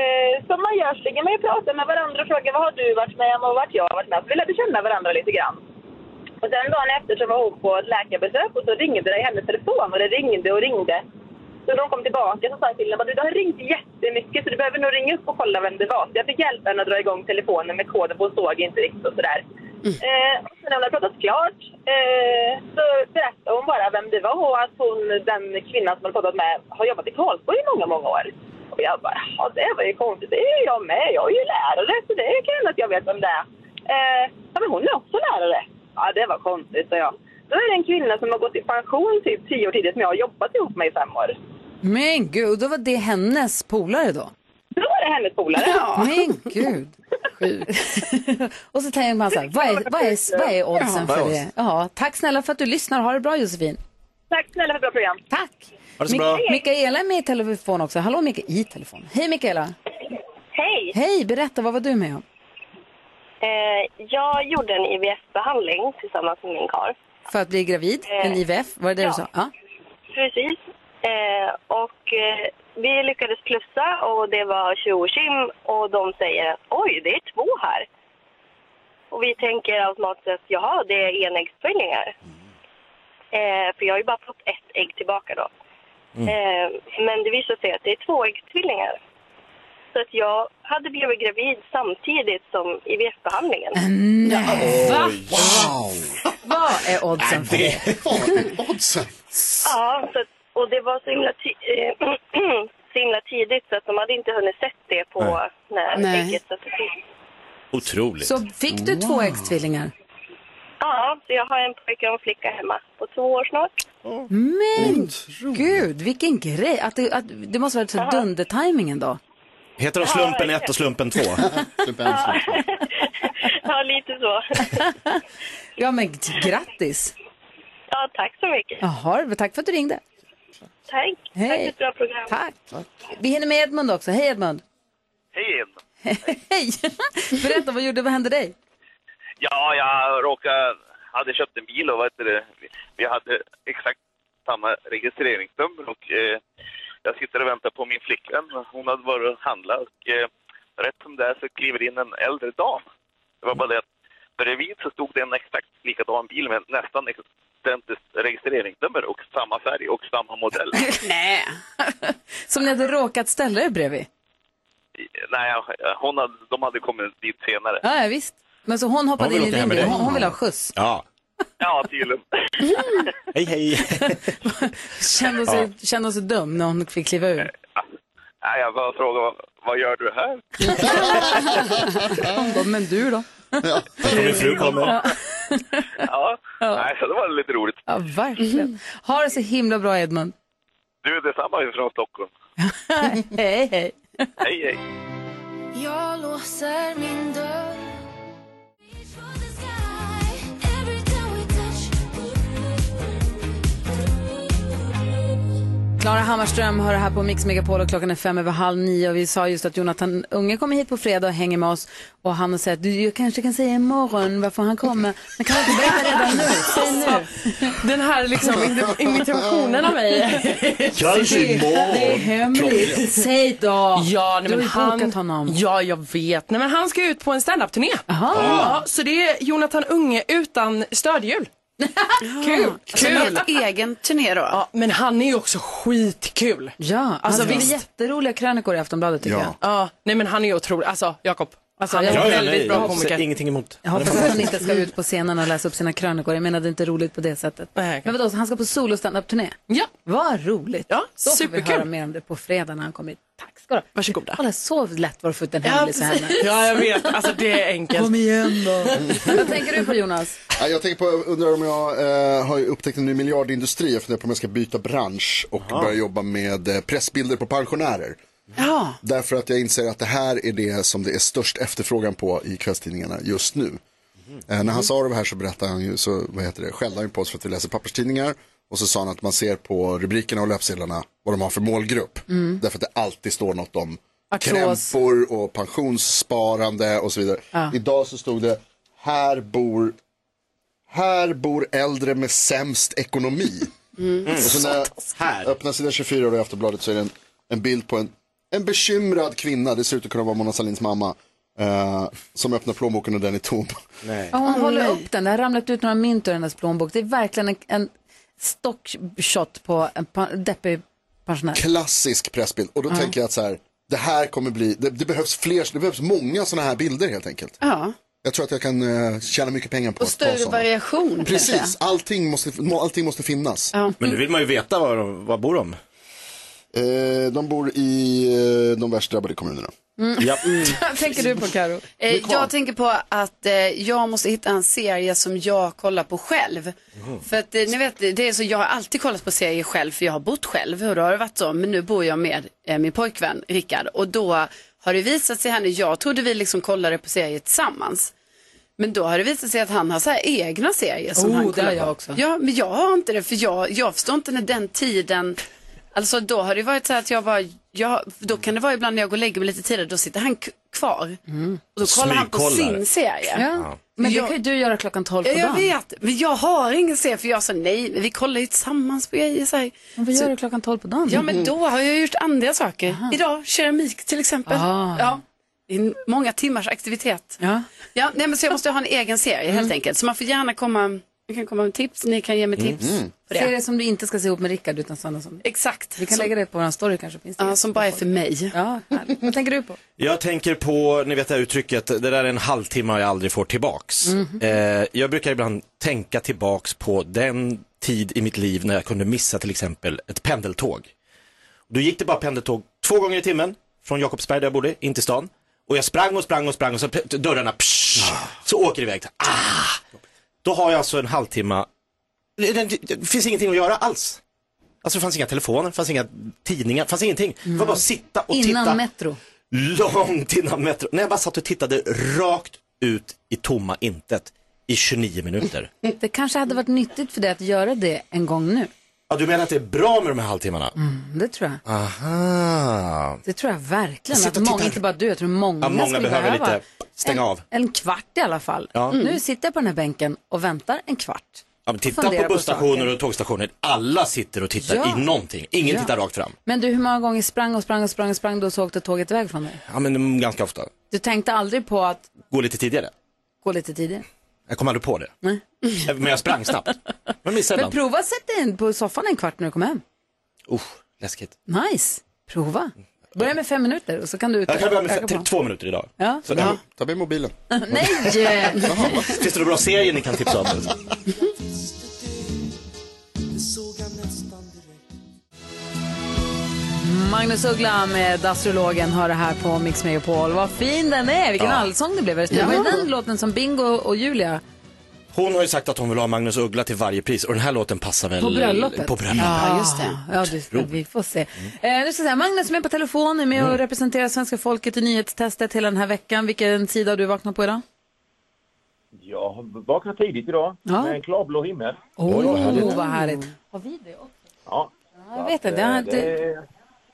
S14: Eh, som man gör så ligger man ju och pratar med varandra och frågar vad har du varit med om och vart jag har varit med om. Så vi lärde känna varandra lite grann. Och sen dagen efter så var hon på ett läkarbesök och så ringde det i hennes telefon och det ringde och ringde. Så när hon kom tillbaka så sa jag till henne att du har ringt jättemycket så du behöver nog ringa upp och kolla vem det var. Så jag fick hjälpa henne att dra igång telefonen med koden för hon såg inte riktigt och sådär. Eh, och sen när hon hade pratat klart eh, så berättade hon bara vem det var och att hon, den kvinnan som hade pratat med har jobbat i Karlsborg i många, många år. Och jag bara, ja det var ju konstigt, det är ju jag med, jag är ju lärare så det kan hända att jag vet vem det är. Eh, ja men hon är också lärare. Ja det var konstigt, sa jag. Då är det en kvinna som har gått i pension typ tio år tidigare som jag har jobbat ihop med i fem år.
S1: Men gud, och då var det hennes polare då?
S14: Då var det hennes polare. Ja.
S1: Men
S14: *laughs*
S1: gud. och så tänker man så här, vad är, vad är, vad är oddsen
S14: Ja.
S1: för det? Ja, tack snälla för att du lyssnar. Ha det bra Josefin.
S14: Tack snälla för ett bra program.
S1: Tack.
S14: Ha det så bra.
S1: Mik- Mikaela är med i telefon också. Hallå Mika i telefon. Hej Mikaela.
S16: Hej!
S1: Hej, berätta, vad var du med om?
S16: Eh, jag gjorde en IVF-behandling tillsammans med min karl.
S1: För att bli gravid? En
S16: Eh,
S1: IVF? Var det det
S16: ja.
S1: du sa? Ja.
S16: Precis. Eh, och eh, vi lyckades plussa och det var tjo och tjim och de säger att oj, det är två här. Och vi tänker automatiskt att jaha, det är enäggstvillingar. Eh, för jag har ju bara fått ett ägg tillbaka då.
S1: Mm.
S14: Mm.
S16: Eh, men det visade sig att det är tvåäggstvillingar. Så att jag hade blivit gravid samtidigt som IVF-behandlingen.
S7: Mm.
S1: Nej, va?
S5: Wow!
S1: *laughs* Vad är oddsen för det?
S5: Oddsen?
S16: Ja, så att, och det var så himla, ti- eh, *clears throat* så himla tidigt så att de hade inte hunnit sett det på
S3: Nej.
S16: när
S1: Nej.
S16: ägget sattes in.
S3: Otroligt.
S1: Så fick du två äggstvillingar?
S16: Ja, så jag har en pojke och en flicka hemma på två år snart.
S1: Men gud, vilken grej. Att det, att, det måste varit så
S16: *laughs*
S1: dundertajmingen då.
S3: Heter de slumpen 1 och slumpen 2?
S16: Ja, lite så.
S1: Ja, men t- grattis.
S16: Ja, tack så mycket.
S1: Jaha, men tack för att du ringde.
S16: Tack.
S1: Hej.
S16: Tack för ett bra program.
S1: Tack. Vi hinner med Edmund också. Hej Edmund. *laughs*
S17: Hej Ed.
S1: Hej. *laughs* Berätta, vad gjorde, vad hände dig?
S17: Ja, jag råkade, hade köpt en bil och vad heter det, vi hade exakt samma registreringsnummer och eh, jag sitter och väntar på min flickvän. Hon hade varit och handlat och eh, rätt som det är så kliver in en äldre dam. Det var bara det att bredvid så stod det en exakt likadan bil med nästan identiskt registreringsnummer och samma färg och samma modell.
S4: Nej.
S1: *laughs* Som ni hade råkat ställa er bredvid?
S17: Nej, hon hade, de hade kommit dit senare.
S1: Ja, ja visst. Men så hon hoppade
S17: Hon vill
S1: in i
S17: åka hem
S1: din
S17: med
S1: bil.
S17: dig.
S1: Hon, hon ville ha skjuts.
S3: Ja.
S17: Ja, tydligen.
S3: *laughs* hej, hej.
S1: Kände sig, kände sig dum när hon fick
S17: *laughs*
S1: kliva ur.
S17: Nej, jag bara frågade, vad, vad gör du här?
S1: Hon bara, men du då?
S3: Min fru kommer.
S17: Ja, nej, så det var lite roligt.
S1: Ja,
S18: Mhm.
S1: verkligen. Ha det så himla
S18: *laughs*
S1: bra Edmund.
S17: Du, detsamma från Stockholm.
S1: hej, hej.
S17: Hej, hej.
S7: Jag låser min dörr
S1: Klara Hammarström hör här på Mix Megapol och klockan är fem över halv nio och vi sa just att Jonathan Unge kommer hit på fredag och hänger med oss och han säger att du jag kanske kan säga imorgon varför han kommer. Men kan du inte berätta redan nu? Säg nu.
S18: Den här liksom imitationen av mig.
S1: Kanske imorgon. Det är hemligt. Säg då.
S18: Ja, nej,
S1: Du
S18: men
S1: har ju
S18: han,
S1: bokat honom.
S18: Ja, jag vet. Nej, men han ska ut på en standup-turné.
S1: Ah.
S18: Ja, så det är Jonathan Unge utan
S1: *laughs*
S18: stödhjul. Kul!
S1: Alltså,
S4: Som helt egen turné då?
S18: Ja, men han är ju också skitkul.
S1: Ja,
S18: alltså,
S1: han
S18: visst.
S1: skriver jätteroliga krönikor i Aftonbladet tycker
S18: Ja.
S1: jag.
S18: nej men han är ju otrolig. Alltså, Jakob. Alltså, han
S1: Ja,
S18: är
S1: ja,
S18: en
S1: nej,
S18: väldigt bra
S1: jag säger
S18: komiker.
S3: Ingenting emot.
S1: Jag hoppas att han inte ska ut på scenen och läsa upp sina krönikor. Jag menade inte roligt på det sättet. Men vadå, så han ska på solo up turné
S18: Ja.
S1: Vad roligt. Ja, Då får vi
S18: superkul.
S1: höra mer om det på fredag när han kommer hit. Tack ska du ha. Varsågoda. Kolla, så lätt var det att få ut en
S18: Ja,
S1: hemlis
S18: precis. Ja, jag vet. Alltså, det är enkelt. Kom
S1: igen då. Vad tänker du på Jonas?
S5: Ja, jag tänker på, jag undrar om jag eh, har ju upptäckt en ny miljardindustri. Jag funderar på om jag ska byta bransch och börja jobba med eh, pressbilder på pensionärer.
S4: Ja.
S5: Därför att jag inser att det här är det som det är störst efterfrågan på i kvällstidningarna just Eh,
S1: Mm.
S5: nu. Eh, när han sa det här så berättade han ju, så, vad heter det, skällde han ju på oss för att vi läser papperstidningar. Och så sa han att man ser på rubrikerna och löpsedlarna vad de har för målgrupp.
S1: Mm.
S5: Därför att det alltid står något om
S1: Artros.
S5: krämpor och pensionssparande och så vidare.
S1: Ja.
S5: Idag så stod det här bor, här bor äldre med sämst ekonomi.
S1: Mm.
S5: Och så när jag öppnar sidan 24 då i Aftonbladet så är det en, en bild på en, en bekymrad kvinna, det ser ut att kunna vara Mona Sahlins mamma, eh, som öppnar plånboken och den är tom.
S1: Ja, hon håller upp den. Det har ramlat ut några mynt ur hennes plånbok. Det är verkligen en, en stockshot på en pa- deppig pensionär.
S5: Klassisk pressbild. Och då
S1: Ja.
S5: tänker jag att så här, det här kommer bli, det, det behövs fler, det behövs många sådana här bilder helt enkelt.
S4: Ja.
S5: Jag tror att jag kan eh, tjäna mycket pengar på
S4: Och
S5: ett par
S4: större
S5: sådana.
S4: variation.
S5: Precis,
S4: kanske.
S5: allting måste, allting måste finnas.
S3: Men nu vill man ju veta var, de- var bor de?
S5: Eh, de bor i eh, de värst drabbade kommunerna.
S4: Mm. *laughs*
S3: Ja.
S1: tänker du på Karo?
S4: Eh, jag tänker på att eh, jag måste hitta en serie som jag kollar på själv.
S1: Mm.
S4: För att eh, ni vet, det är så, jag har alltid kollat på serier själv för jag har bott själv och då har det varit så. Men nu bor jag med eh, min pojkvän Rickard och då har det visat sig här nu, jag trodde vi liksom kollade på serier tillsammans. Men då har det visat sig att han har så här egna serier som
S1: Oh,
S4: han
S1: det
S4: kollar
S1: har jag
S4: på.
S1: också.
S4: Ja, men jag har inte det för jag, jag förstår inte när den tiden Alltså då har det varit så här att jag bara, jag, då kan det vara ibland när jag går och lägger mig lite tidigare, då sitter han k- kvar. Och då kollar han på
S1: Mm. Smygkollar.
S4: sin serie.
S1: Ja. Men det kan ju du göra klockan tolv på
S4: Ja, Jag
S1: dagen.
S4: vet, men jag har ingen serie för jag sa nej, men vi kollar ju tillsammans på grejer. Så här.
S1: Men vad
S4: Så-
S1: gör du klockan tolv på dagen?
S4: Ja, men då har jag gjort andra saker. Idag, keramik till exempel.
S1: Ah.
S4: Ja. Det är många timmars aktivitet.
S1: Ja. Mm.
S4: Ja, nej, men så jag måste ha en egen serie helt enkelt. Så man får gärna komma, man kan komma med tips, ni kan ge mig tips.
S3: Mm-hmm.
S1: Mm.
S4: På det.
S1: Serier som du inte ska se ihop med Rickard utan sådana som...
S4: Exakt.
S1: Vi kan
S4: Som-
S1: lägga det på vår story kanske. Finns det
S4: Ja, som bara är för mig.
S1: Ja, härligt. vad tänker du på?
S3: Jag tänker på, ni vet det här uttrycket, det där är en halvtimme jag aldrig får tillbaks.
S1: Mhm.
S3: Eh, jag brukar ibland tänka tillbaks på den tid i mitt liv när jag kunde missa till exempel ett pendeltåg. Då gick det bara pendeltåg två gånger i timmen från Jakobsberg där jag bodde, in till stan. Och jag sprang och sprang och sprang och så p- dörrarna, psh, så åker det iväg. Ah! Då har jag alltså en halvtimme, det, det, det finns ingenting att göra alls. Alltså det fanns inga telefoner, det fanns inga tidningar, det fanns ingenting. Det var bara att sitta och titta
S1: Innan Metro.
S3: långt innan Metro. När jag bara satt och tittade rakt ut i tomma intet i 29 minuter.
S1: Det kanske hade varit nyttigt för dig att göra det en gång nu.
S3: Ja, du menar att det är bra med de här halvtimmarna?
S1: Mm, Det tror jag.
S3: Aha.
S1: Det tror jag verkligen.
S3: Sitta
S1: Att
S3: och titta.
S1: många, inte bara du, jag tror många,
S3: Ja, många
S1: skulle
S3: behöver
S1: behöva
S3: lite stänga
S1: en,
S3: av.
S1: En kvart i alla fall.
S3: Ja.
S1: Mm. Nu
S3: Mm.
S1: sitter jag på den här bänken och väntar en kvart.
S3: Ja, men titta
S1: Fundera
S3: på
S1: på
S3: busstationer
S1: saker.
S3: och tågstationer. Alla sitter och tittar
S1: Ja.
S3: i någonting. Ingen
S1: Ja.
S3: tittar rakt fram.
S1: Men du, hur många gånger sprang och sprang och sprang och sprang då så åkte tåget iväg från dig?
S3: Ja, men mm, ganska ofta.
S1: Du tänkte aldrig på att
S3: Gå lite tidigare.
S1: gå lite tidigare?
S3: Jag kom aldrig på det.
S1: Nej.
S3: Men jag sprang snabbt. Men missade
S1: Men
S3: ibland.
S1: prova att sätta dig in på soffan en kvart när du kommer hem.
S3: Usch, läskigt.
S1: Nice, prova. Börja med fem minuter och så kan du
S3: Jag kan börja med
S1: öka
S3: fem,
S1: på.
S3: typ två minuter idag.
S1: Ja.
S3: Så,
S1: Ja.
S5: Ta med mobilen.
S1: *laughs* Nej! eh,
S3: Finns det några bra serier ni kan tipsa om?
S1: Magnus Uggla med Astrologen har det här på Mix Megapol. Vad fin den är! Vilken
S3: Ja.
S1: allsång det blev. Det var ju
S3: Ja.
S1: den låten som Bingo och Julia...
S3: Hon har ju sagt att hon vill ha Magnus Uggla till varje pris och den här låten passar väl
S1: På bröllopet.
S3: På bröllopet. Mm.
S1: Ja, just det. Ja, du, ska- vi får se. Eh, nu ska jag säga, Magnus som är på telefon är med och representerar svenska folket i nyhetstestet hela den här veckan. Vilken sida har du vaknat på idag?
S12: Jag har vaknat tidigt idag
S1: Ja.
S12: med en klarblå himmel.
S1: Åh, oh, vad härligt. Har vi det också?
S12: Ja.
S1: Jag vet inte. Det har inte...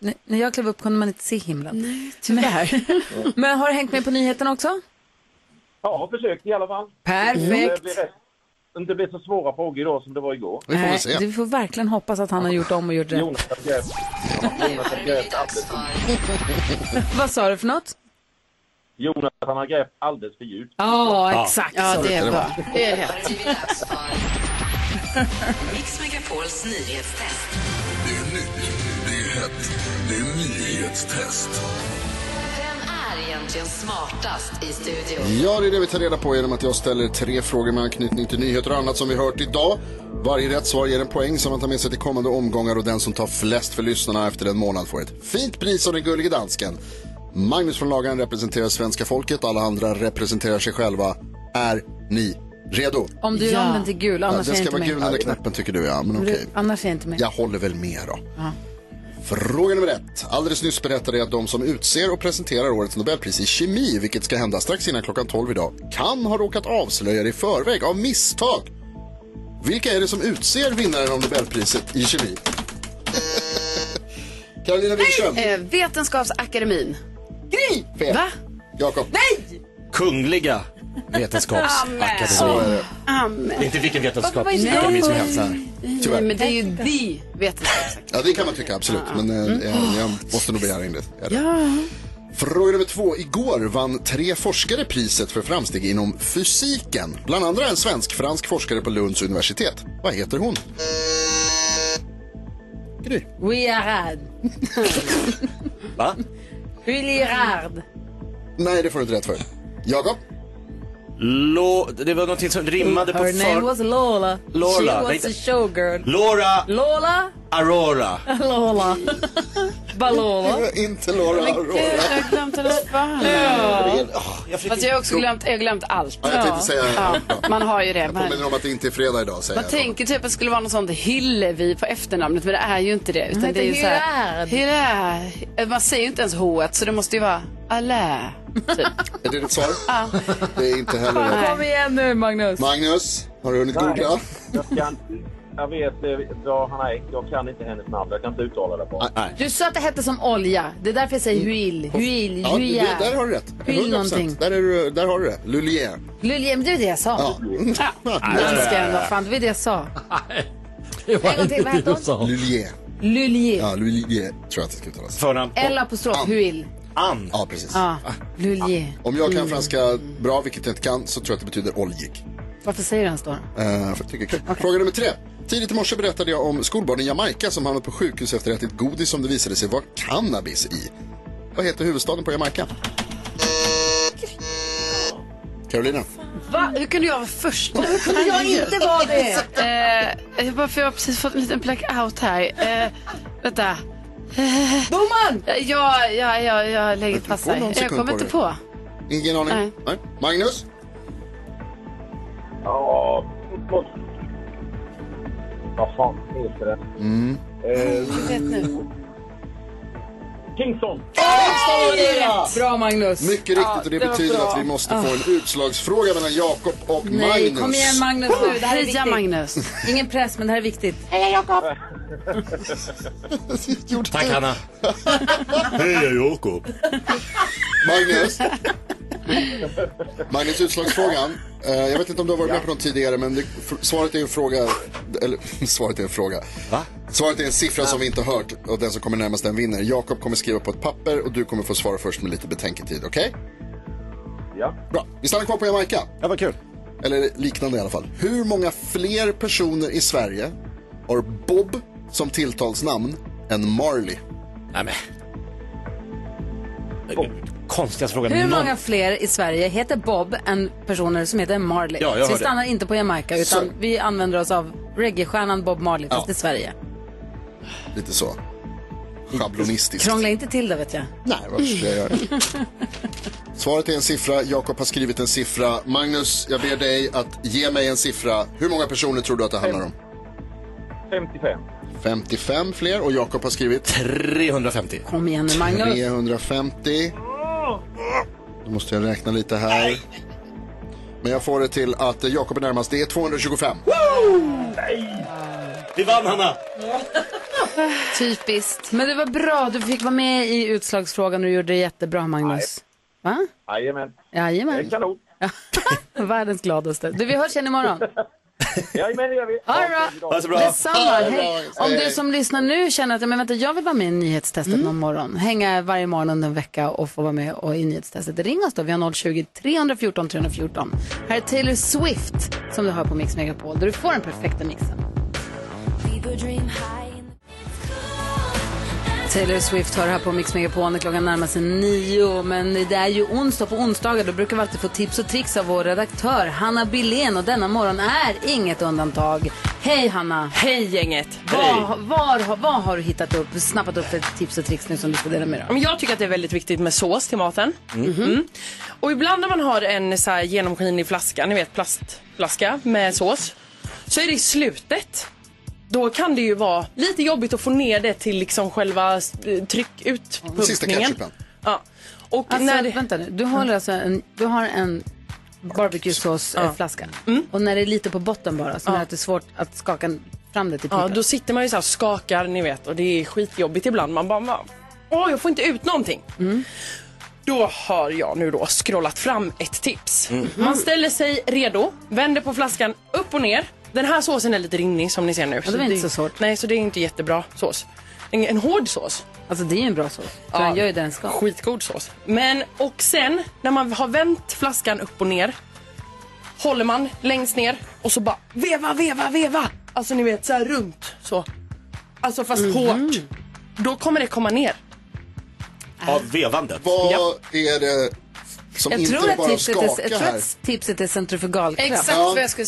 S1: N- När jag klev upp kunde man inte se himlen. Nej,
S4: tyvärr.
S1: Men, *laughs* men har du hängt med på nyheterna också?
S12: Ja, försökt i alla fall.
S1: Perfekt.
S12: Det blir rätt- inte blir så svåra frågor idag som det var igår.
S1: Nej, Du får verkligen hoppas att han har gjort om och gjort rätt.
S12: Jonas har grävt- Jonas har grävt alldeles för-
S1: Vad sa du för något?
S12: Jonas han har grävt alldeles för djupt.
S1: Ja, exakt
S4: Ja,
S1: så.
S4: det är bra. Det är rätt.
S9: Mix Megapols nyhetstest.
S19: Det är nytt, det är hett, det är nyhetstest.
S9: Vem är egentligen smartast i studion?
S5: Ja, det är det vi tar reda på genom att jag ställer tre frågor med anknytning till nyheter och annat som vi hört idag. Varje rätt svar ger en poäng som man tar med sig till kommande omgångar och den som tar flest för lyssnarna efter en månad får ett fint pris av den gullige dansken. Magnus från Lagan representerar svenska folket, alla andra representerar sig själva. Är ni redo?
S1: Om du är
S5: ja.
S1: omvänd till gul,
S5: Ja,
S1: annars
S5: det
S1: är jag
S5: ska
S1: inte
S5: vara
S1: med.
S5: gul under knappen tycker du ja, men
S1: Om du-
S5: okej.
S1: Annars är jag inte med.
S5: Jag håller väl med då.
S1: Ja.
S5: Fråga nummer ett. Alldeles nyss berättade jag att de som utser och presenterar årets Nobelpris i kemi, vilket ska hända strax innan klockan 12 idag, kan ha råkat avslöja det i förväg av misstag. Vilka är det som utser vinnaren av Nobelpriset i
S4: *laughs*
S5: kemi? Karolina Widerström.
S4: Eh, Vetenskapsakademin.
S5: Gry! Fel.
S4: Va?
S5: Jakob.
S4: Nej!
S3: Kungliga
S4: Så är
S3: Vetenskapsakademin.
S4: det. Amen.
S3: Det är inte vilken
S4: Varför var
S3: vetenskapsakademi
S4: inte
S3: som
S4: jag-
S3: helst här.
S4: Nej,
S5: Tyvärr.
S4: men det är ju the vetenskapsakademin.
S5: Ja, det kan man tycka absolut. Men eh,
S4: Mm.
S5: jag, jag måste nog begära in det. Är det.
S4: Ja.
S5: Fråga nummer två. Igår vann tre forskare priset för framsteg inom fysiken. Bland andra en svensk-fransk forskare på Lunds universitet. Vad heter hon? Gry.
S1: Weird.
S3: Va?
S1: Weird.
S5: Nej, det får du inte rätt för. Jakob?
S3: Lå... Det var någonting som rimmade på
S1: Her name
S3: för...
S1: was Lola.
S3: Lola,
S1: She was
S3: vänta.
S1: a showgirl.
S3: Laura
S1: Lola. *laughs*
S3: Aurora.
S1: Lola. Bara Lola.
S5: Inte Lola.
S4: Gud, jag har glömt hennes namn.
S5: Ah,
S4: Fast jag har också glömt, jag har glömt allt.
S5: Ja, jag tänkte säga det.
S4: Ja, man har ju det.
S5: Jag påminner
S4: Man,
S5: om att det inte är fredag idag, säger
S4: man tänker typ att det skulle vara något sånt Hillevi på efternamnet, men det är ju inte det. Utan
S1: heter
S4: det är ju så här, Hillard. Man säger ju inte ens H, så det måste ju vara Alain.
S5: jag. Är det ditt svar? Det är inte heller rätt.
S1: Kom igen nu Magnus.
S5: Magnus, har du hunnit
S20: Nej.
S5: googla?
S20: Jag, kan, jag vet eh, vad han är. Jag kan inte hennes namn. Jag kan inte uttala det på.
S1: Du sa att det hette som olja. Det är därför jag säger huil. Huil.
S5: Ja,
S1: Huia.
S5: det- där har du rätt.
S1: Huil någonting.
S5: Där, är du, där har du det. Lulier.
S1: Luleå, men det var det jag sa.
S5: Ja.
S1: Dansken, vad fan, det var det jag sa. En gång till, vad hette hon?
S5: Lulier.
S1: Luleå.
S5: Ja, Lulier tror jag att det ska uttalas.
S3: Förnamn?
S1: L apostrof huil.
S3: Ann.
S5: Ja, precis.
S1: Ja, Mm. Luleå.
S5: Om jag kan franska bra, vilket jag inte kan, så tror jag att det betyder oljig.
S1: Varför säger du ens då?
S5: Eh, för jag tycker det är kul. Fråga nummer tre. Tidigt i morse berättade jag om skolbarn i Jamaica som hamnat på sjukhus efter att ha ätit godis som det visade sig vara cannabis i. Vad heter huvudstaden på Jamaica? Carolina.
S4: Va? Hur kunde jag vara först nu?
S1: Hur kunde jag inte vara
S4: det? eh, jag bara, för jag har precis fått en liten blackout här. Eh, vänta. Eh,
S1: Domaren!
S4: Ja, ja, ja, jag lägger fast
S5: på någon
S4: här. Jag
S5: sekund
S4: kommer
S5: på
S4: inte
S5: det.
S4: på.
S5: Ingen aning?
S4: Nej.
S5: Nej. Magnus?
S20: Ja, vad- vad fan heter det? Eh,
S5: Mm.
S4: Jag vet nu.
S20: Kingston!
S1: Bra Magnus.
S5: Mycket riktigt, och det, betyder att vi måste få en utslagsfråga mellan Jakob och
S1: Ah. Nej,
S5: Magnus.
S1: kom igen Magnus nu. Det här är
S4: Heja,
S1: viktigt.
S4: Magnus.
S1: Ingen press, men det här är viktigt. Heja Jakob!
S3: Tack Hanna. Hej, jag är Jakob.
S5: Magnus. Magnus, utslagsfrågan. Eh, Jag vet inte om du har varit med på någon tidigare, men det, f- svaret är en fråga. Eller, *laughs* svaret är en fråga. Svaret är en siffra som vi inte har hört och den som kommer närmast den vinner. Jakob kommer skriva på ett papper och du kommer få svara först med lite betänketid, okej?
S20: Ja.
S5: Bra. Vi stannar kvar på Jamaica.
S3: Ja, vad kul.
S5: Eller liknande i alla fall. Hur många fler personer i Sverige har Bob som tilltalsnamn än Marley?
S3: Nej, men. Konstigaste frågan
S1: *laughs* Hur
S3: någon-
S1: många fler i Sverige heter Bob än personer som heter Marley?
S3: Ja, jag
S1: så vi
S3: hör det.
S1: stannar inte på Jamaica utan
S3: Så.
S1: vi använder oss av reggae-stjärnan Bob Marley fast
S5: Ja.
S1: i Sverige.
S5: Lite så. Schablonistiskt.
S1: Krångla inte till det vet jag.
S5: Nej, vad ska jag göra? Svaret är en siffra. Jakob har skrivit en siffra. Magnus, jag ber dig att ge mig en siffra. Hur många personer tror du att det handlar om?
S20: 55.
S5: 55 fler och Jakob har skrivit?
S3: 350.
S1: *laughs* Kom igen nu Magnus.
S5: 350. Då måste jag räkna lite här. Men jag får det till att eh, Jakob är närmast. Det är 225.
S3: Vi vann Hanna!
S1: Typiskt. Men det var bra, du fick vara med i utslagsfrågan och du gjorde det jättebra Magnus. Va?
S20: Jajamän.
S1: Jajamän.
S20: Det är kanon.
S1: *laughs* Världens gladaste. Du, vi hörs igen imorgon.
S20: Jajamän, det gör vi.
S1: Ha det bra. Detsamma.
S20: Ha det bra.
S1: Hej. Om du som lyssnar nu känner att men vänta, jag vill vara med i nyhetstestet
S20: Mm.
S1: någon morgon. Hänga varje morgon under en vecka och få vara med och i nyhetstestet. Ring oss då. Vi har 020-314 314. Här är Taylor Swift som du hör på Mix Megapol där du får den perfekta mixen. Taylor Swift hör här på Mix Megapol när klockan närmar sig nio. Men det är ju onsdag på onsdagar. Då brukar vi alltid få tips och tricks av vår redaktör Hanna Billén. Och denna morgon är inget undantag. Hej Hanna!
S18: Hej gänget!
S1: Vad var, var har du hittat upp, snappat upp för tips och tricks nu som du ska dela med dig av?
S18: Men jag tycker att det är väldigt viktigt med sås till maten. Mm. Och ibland när man har en så här genomskinlig flaska, ni vet plastflaska med sås, så är det i slutet. Då kan det ju vara lite jobbigt att få ner det till liksom själva eh, tryckutpumpningen.
S1: Sista ketchupen.
S18: Ja. Och
S1: Alltså,
S18: när det...
S1: vänta nu. Du har alltså en, du har en barbecuesåsflaska.
S18: Ja.
S1: flaska.
S18: Mm.
S1: Och när det är lite på botten bara, så
S18: Ja.
S1: menar jag att det är svårt att skaka fram typ det till pipan.
S18: Ja, då sitter man ju så här och skakar, ni vet, och det är skitjobbigt ibland. Man bara, va? åh, jag får inte ut någonting.
S1: Mm.
S18: Då har jag nu då scrollat fram ett tips.
S1: Mm.
S18: Man ställer sig redo, vänder på flaskan upp och ner. Den här såsen är lite rinnig som ni ser nu.
S1: det var inte så
S18: svårt. Nej, så det är inte jättebra sås. En, en hård sås.
S1: Alltså det är ju en bra sås. Så den gör ju det den ska.
S18: Skitgod sås. Men, och sen när man har vänt flaskan upp och ner håller man längst ner och så bara veva, veva, veva. Alltså ni vet så här runt så. Alltså fast hårt. Då kommer det komma ner.
S3: Av vevandet.
S5: Vad är det som
S1: jag,
S5: inte
S1: tror
S5: är
S1: att
S5: bara att
S1: tipset
S5: skaka
S1: är, jag tror
S5: här?
S1: att tipset är centrifugalkraft.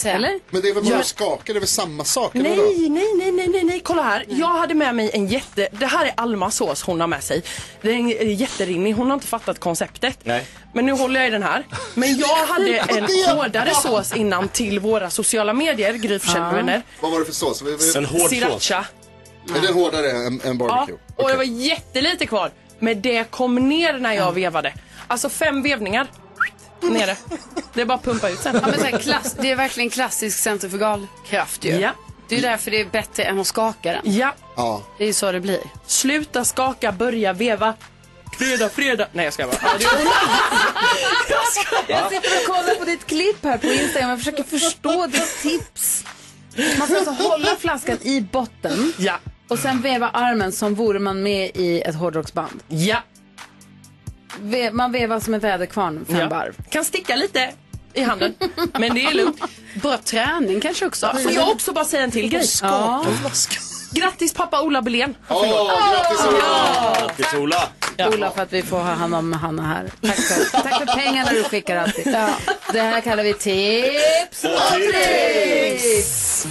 S1: Eller?
S5: Men det är väl bara
S18: Ja.
S5: att skaka, det är väl samma sak? eller vadå?
S18: Nej, nej, nej, nej, nej, nej, kolla här. Jag hade med mig en jätte, det här är Almas sås hon har med sig. Den är jätterinnig, hon har inte fattat konceptet.
S3: Nej.
S18: Men nu håller jag i den här. Men jag hade
S5: Vad
S18: en
S5: det-
S18: hårdare sås innan till våra sociala medier, Gry Forssell med vänner.
S5: Vad var det för sås? Vi- vi-
S18: Sriracha.
S5: Är den hårdare än, än
S18: Ja,
S5: barbecue?
S18: och det var jättelite kvar. Men det kom ner när jag vevade. Alltså fem vevningar. Nere. Det är bara att pumpa ut sen.
S4: Ja, men så här, klass, det är verkligen klassisk centrifugal kraft ju.
S18: Ja.
S4: Det är ju därför det är bättre än att skaka den.
S18: Ja.
S5: Ja.
S4: Det är ju så det blir.
S18: Sluta skaka, börja veva. Fredag, fredag. Nej jag ska bara. Ja, det är- Jag skojar.
S1: Jag sitter och kollar på ditt klipp här på Instagram. Jag försöker förstå ditt tips. Man ska alltså hålla flaskan i botten
S18: ja.
S1: och sen veva armen som vore man med i ett hårdrocksband.
S18: Ja.
S1: Ve- man vevar som en väderkvarn fem
S18: Ja.
S1: varv.
S18: Kan sticka lite i handen. Men det är lugnt.
S4: Bra träning kanske också.
S18: Får jag också bara säga en till grej?
S4: Skaka
S18: flaskan. Grattis pappa Ola Belén. Åh,
S5: grattis
S18: Ola!
S3: Grattis Ola!
S1: Ola, för att vi får ha hand om Hanna här. Tack för, tack för pengarna du skickar alltid. Det här kallar vi tips och tricks.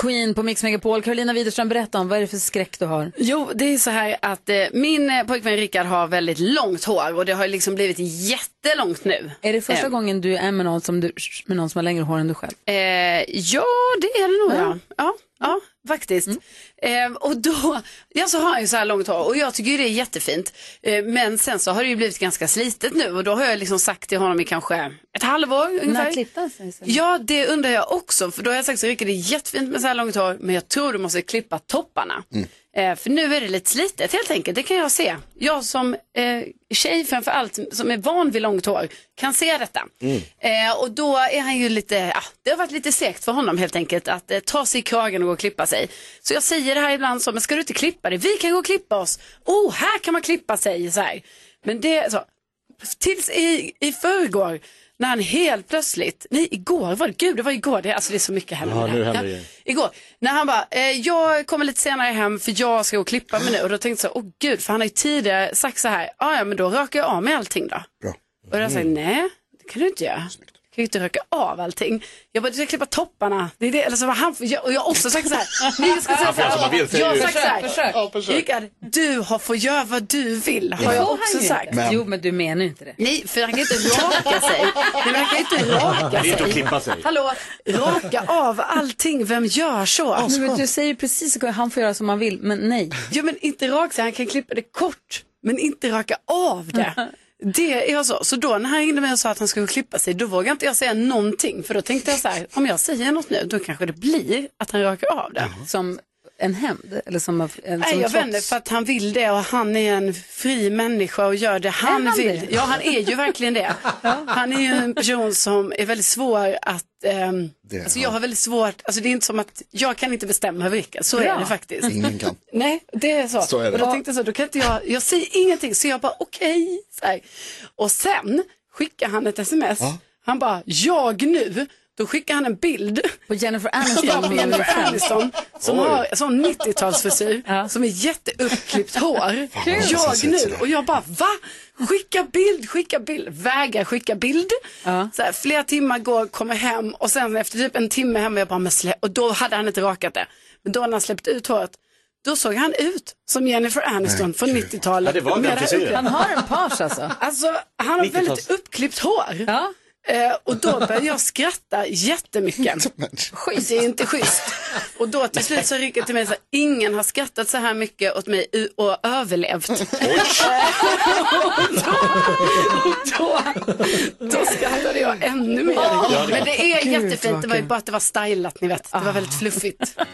S1: Queen på Mix Megapol. Carolina Widerström, berätta om vad är det för skräck du har?
S4: Jo, det är så här att eh, min eh, pojkvän Rickard har väldigt långt hår och det har ju liksom blivit jättelångt nu.
S1: Är det första
S4: Eh,
S1: gången du är med någon, som du, med någon som har längre hår än du själv?
S4: Eh, ja, det är det nog. Ja, ja,
S1: Mm.
S4: ja faktiskt. Eh, och då, ja, så har jag ju så här långt hår och jag tycker ju det är jättefint. Eh, men sen så har det ju blivit ganska slitet nu och då har jag liksom sagt till honom i kanske ett halvår ungefär.
S1: När klippte han sig?
S4: Ja, det undrar jag också. För då har jag sagt så Rickard, det är jättefint med så här långt hår, men jag tror du måste klippa topparna. Eh, för nu är det lite slitet helt enkelt, det kan jag se. Jag som eh, tjej framför allt, som är van vid långt hår, kan se detta. Eh, och då är han ju lite, ja, det har varit lite segt för honom helt enkelt att eh, ta sig i kragen och gå och klippa sig. Så jag säger det här ibland så, men ska du inte klippa dig? Vi kan gå och klippa oss. Oh, här kan man klippa sig så här. Men det, så, tills i, i förrgår när han helt plötsligt, nej igår var det, gud det var igår, det, alltså det är så mycket här med
S3: Ja,
S4: det
S3: nu
S4: här.
S3: händer det igen.
S4: Igår, när han bara, eh, jag kommer lite senare hem för jag ska gå och klippa mig nu och då tänkte jag så, åh gud, för han har ju tidigare sagt så här, "Ah, ja men då rakar jag av mig allting då.
S5: Bra.
S4: Och då har jag sagt, nej det kan du inte göra. Du kan ju inte röka av allting. Jag bara, du ska klippa topparna. Det är det. Eller så var han, jag, och jag har också sagt så här. Nej, jag ska säga så
S3: Ja, för alltså, man
S4: här.
S3: vet ju.
S4: Jag har sagt så här.
S1: Försök, försök. Ja, försök.
S4: Rickard, du har fått göra vad du vill. Har jag också sagt.
S1: Men. Jo, men du menar ju inte det.
S4: Nej, för han kan inte raka sig. Nej, men han kan inte raka
S1: Det är
S4: sig.
S1: inte att klippa sig.
S4: Hallå, raka av allting. Vem gör så?
S1: Nej, men du säger precis att han får göra som han vill, men nej.
S4: Ja, men inte raka sig. Han kan klippa det kort, men inte raka av
S1: *laughs*
S4: det. Det är jag så. Så då när han ringde mig och sa att han skulle klippa sig, då vågade inte jag säga någonting. För då tänkte jag så här, om jag säger något nu, då kanske det blir att han rakar av det.
S1: Som en hämnd? Eller som en, som
S4: Nej, jag
S1: trots?
S4: vänder för att han vill det och han är en fri människa och gör det han,
S1: Är han
S4: vill.
S1: det?
S4: Ja, han är ju verkligen
S1: *laughs*
S4: det. Han är ju en person som är väldigt svår att... ehm,
S5: Det-
S4: alltså jag har väldigt svårt, alltså det är inte som att jag kan inte bestämma över Rickard, så
S5: Bra.
S4: är det faktiskt.
S5: Ingen
S1: *laughs*
S5: kan.
S4: Nej, det är så.
S5: Så är det.
S4: Och då tänkte jag så, då kan inte jag, jag säger ingenting, så jag bara okej. så här. Och sen skickar han ett sms, han bara jag nu, då skickar han en bild *laughs*
S1: på Jennifer Aniston med
S4: Jennifer
S1: *laughs* Ulrica.
S4: Aniston som
S1: Oj.
S4: har sån 90-talsfrisyr som är jätteuppklippt hår.
S1: Kul.
S4: jag nu och jag bara va? Skicka bild, skicka bild, vägra skicka bild. Så här, flera timmar går, kommer hem och sen efter typ en timme hemma jag bara men slä- och då hade han inte rakat det. Men då när han släppt ut håret då såg han ut som Jennifer Aniston från 90-talet.
S1: Ja, det var den
S4: Mera
S1: frisyren.
S4: uppklippt.
S1: Han har en page alltså.
S4: Alltså han har
S1: 90-tals
S4: väldigt uppklippt hår. Eh, och då började jag skratta jättemycket. Schysst. Det är inte schysst. Och då till slut så rycker till mig så här, ingen har skrattat så här mycket åt mig u- och överlevt. och *laughs* då, då skrattade jag ännu mer.
S7: Ja, det-
S4: Men det är
S7: Gud,
S4: jättefint,
S7: vad
S4: det var ju
S7: kul.
S4: bara att det var stylat ni vet. Det var väldigt fluffigt. *laughs*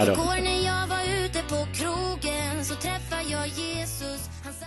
S7: Igår när jag var ute på krogen så träffade jag Jesus. Han satt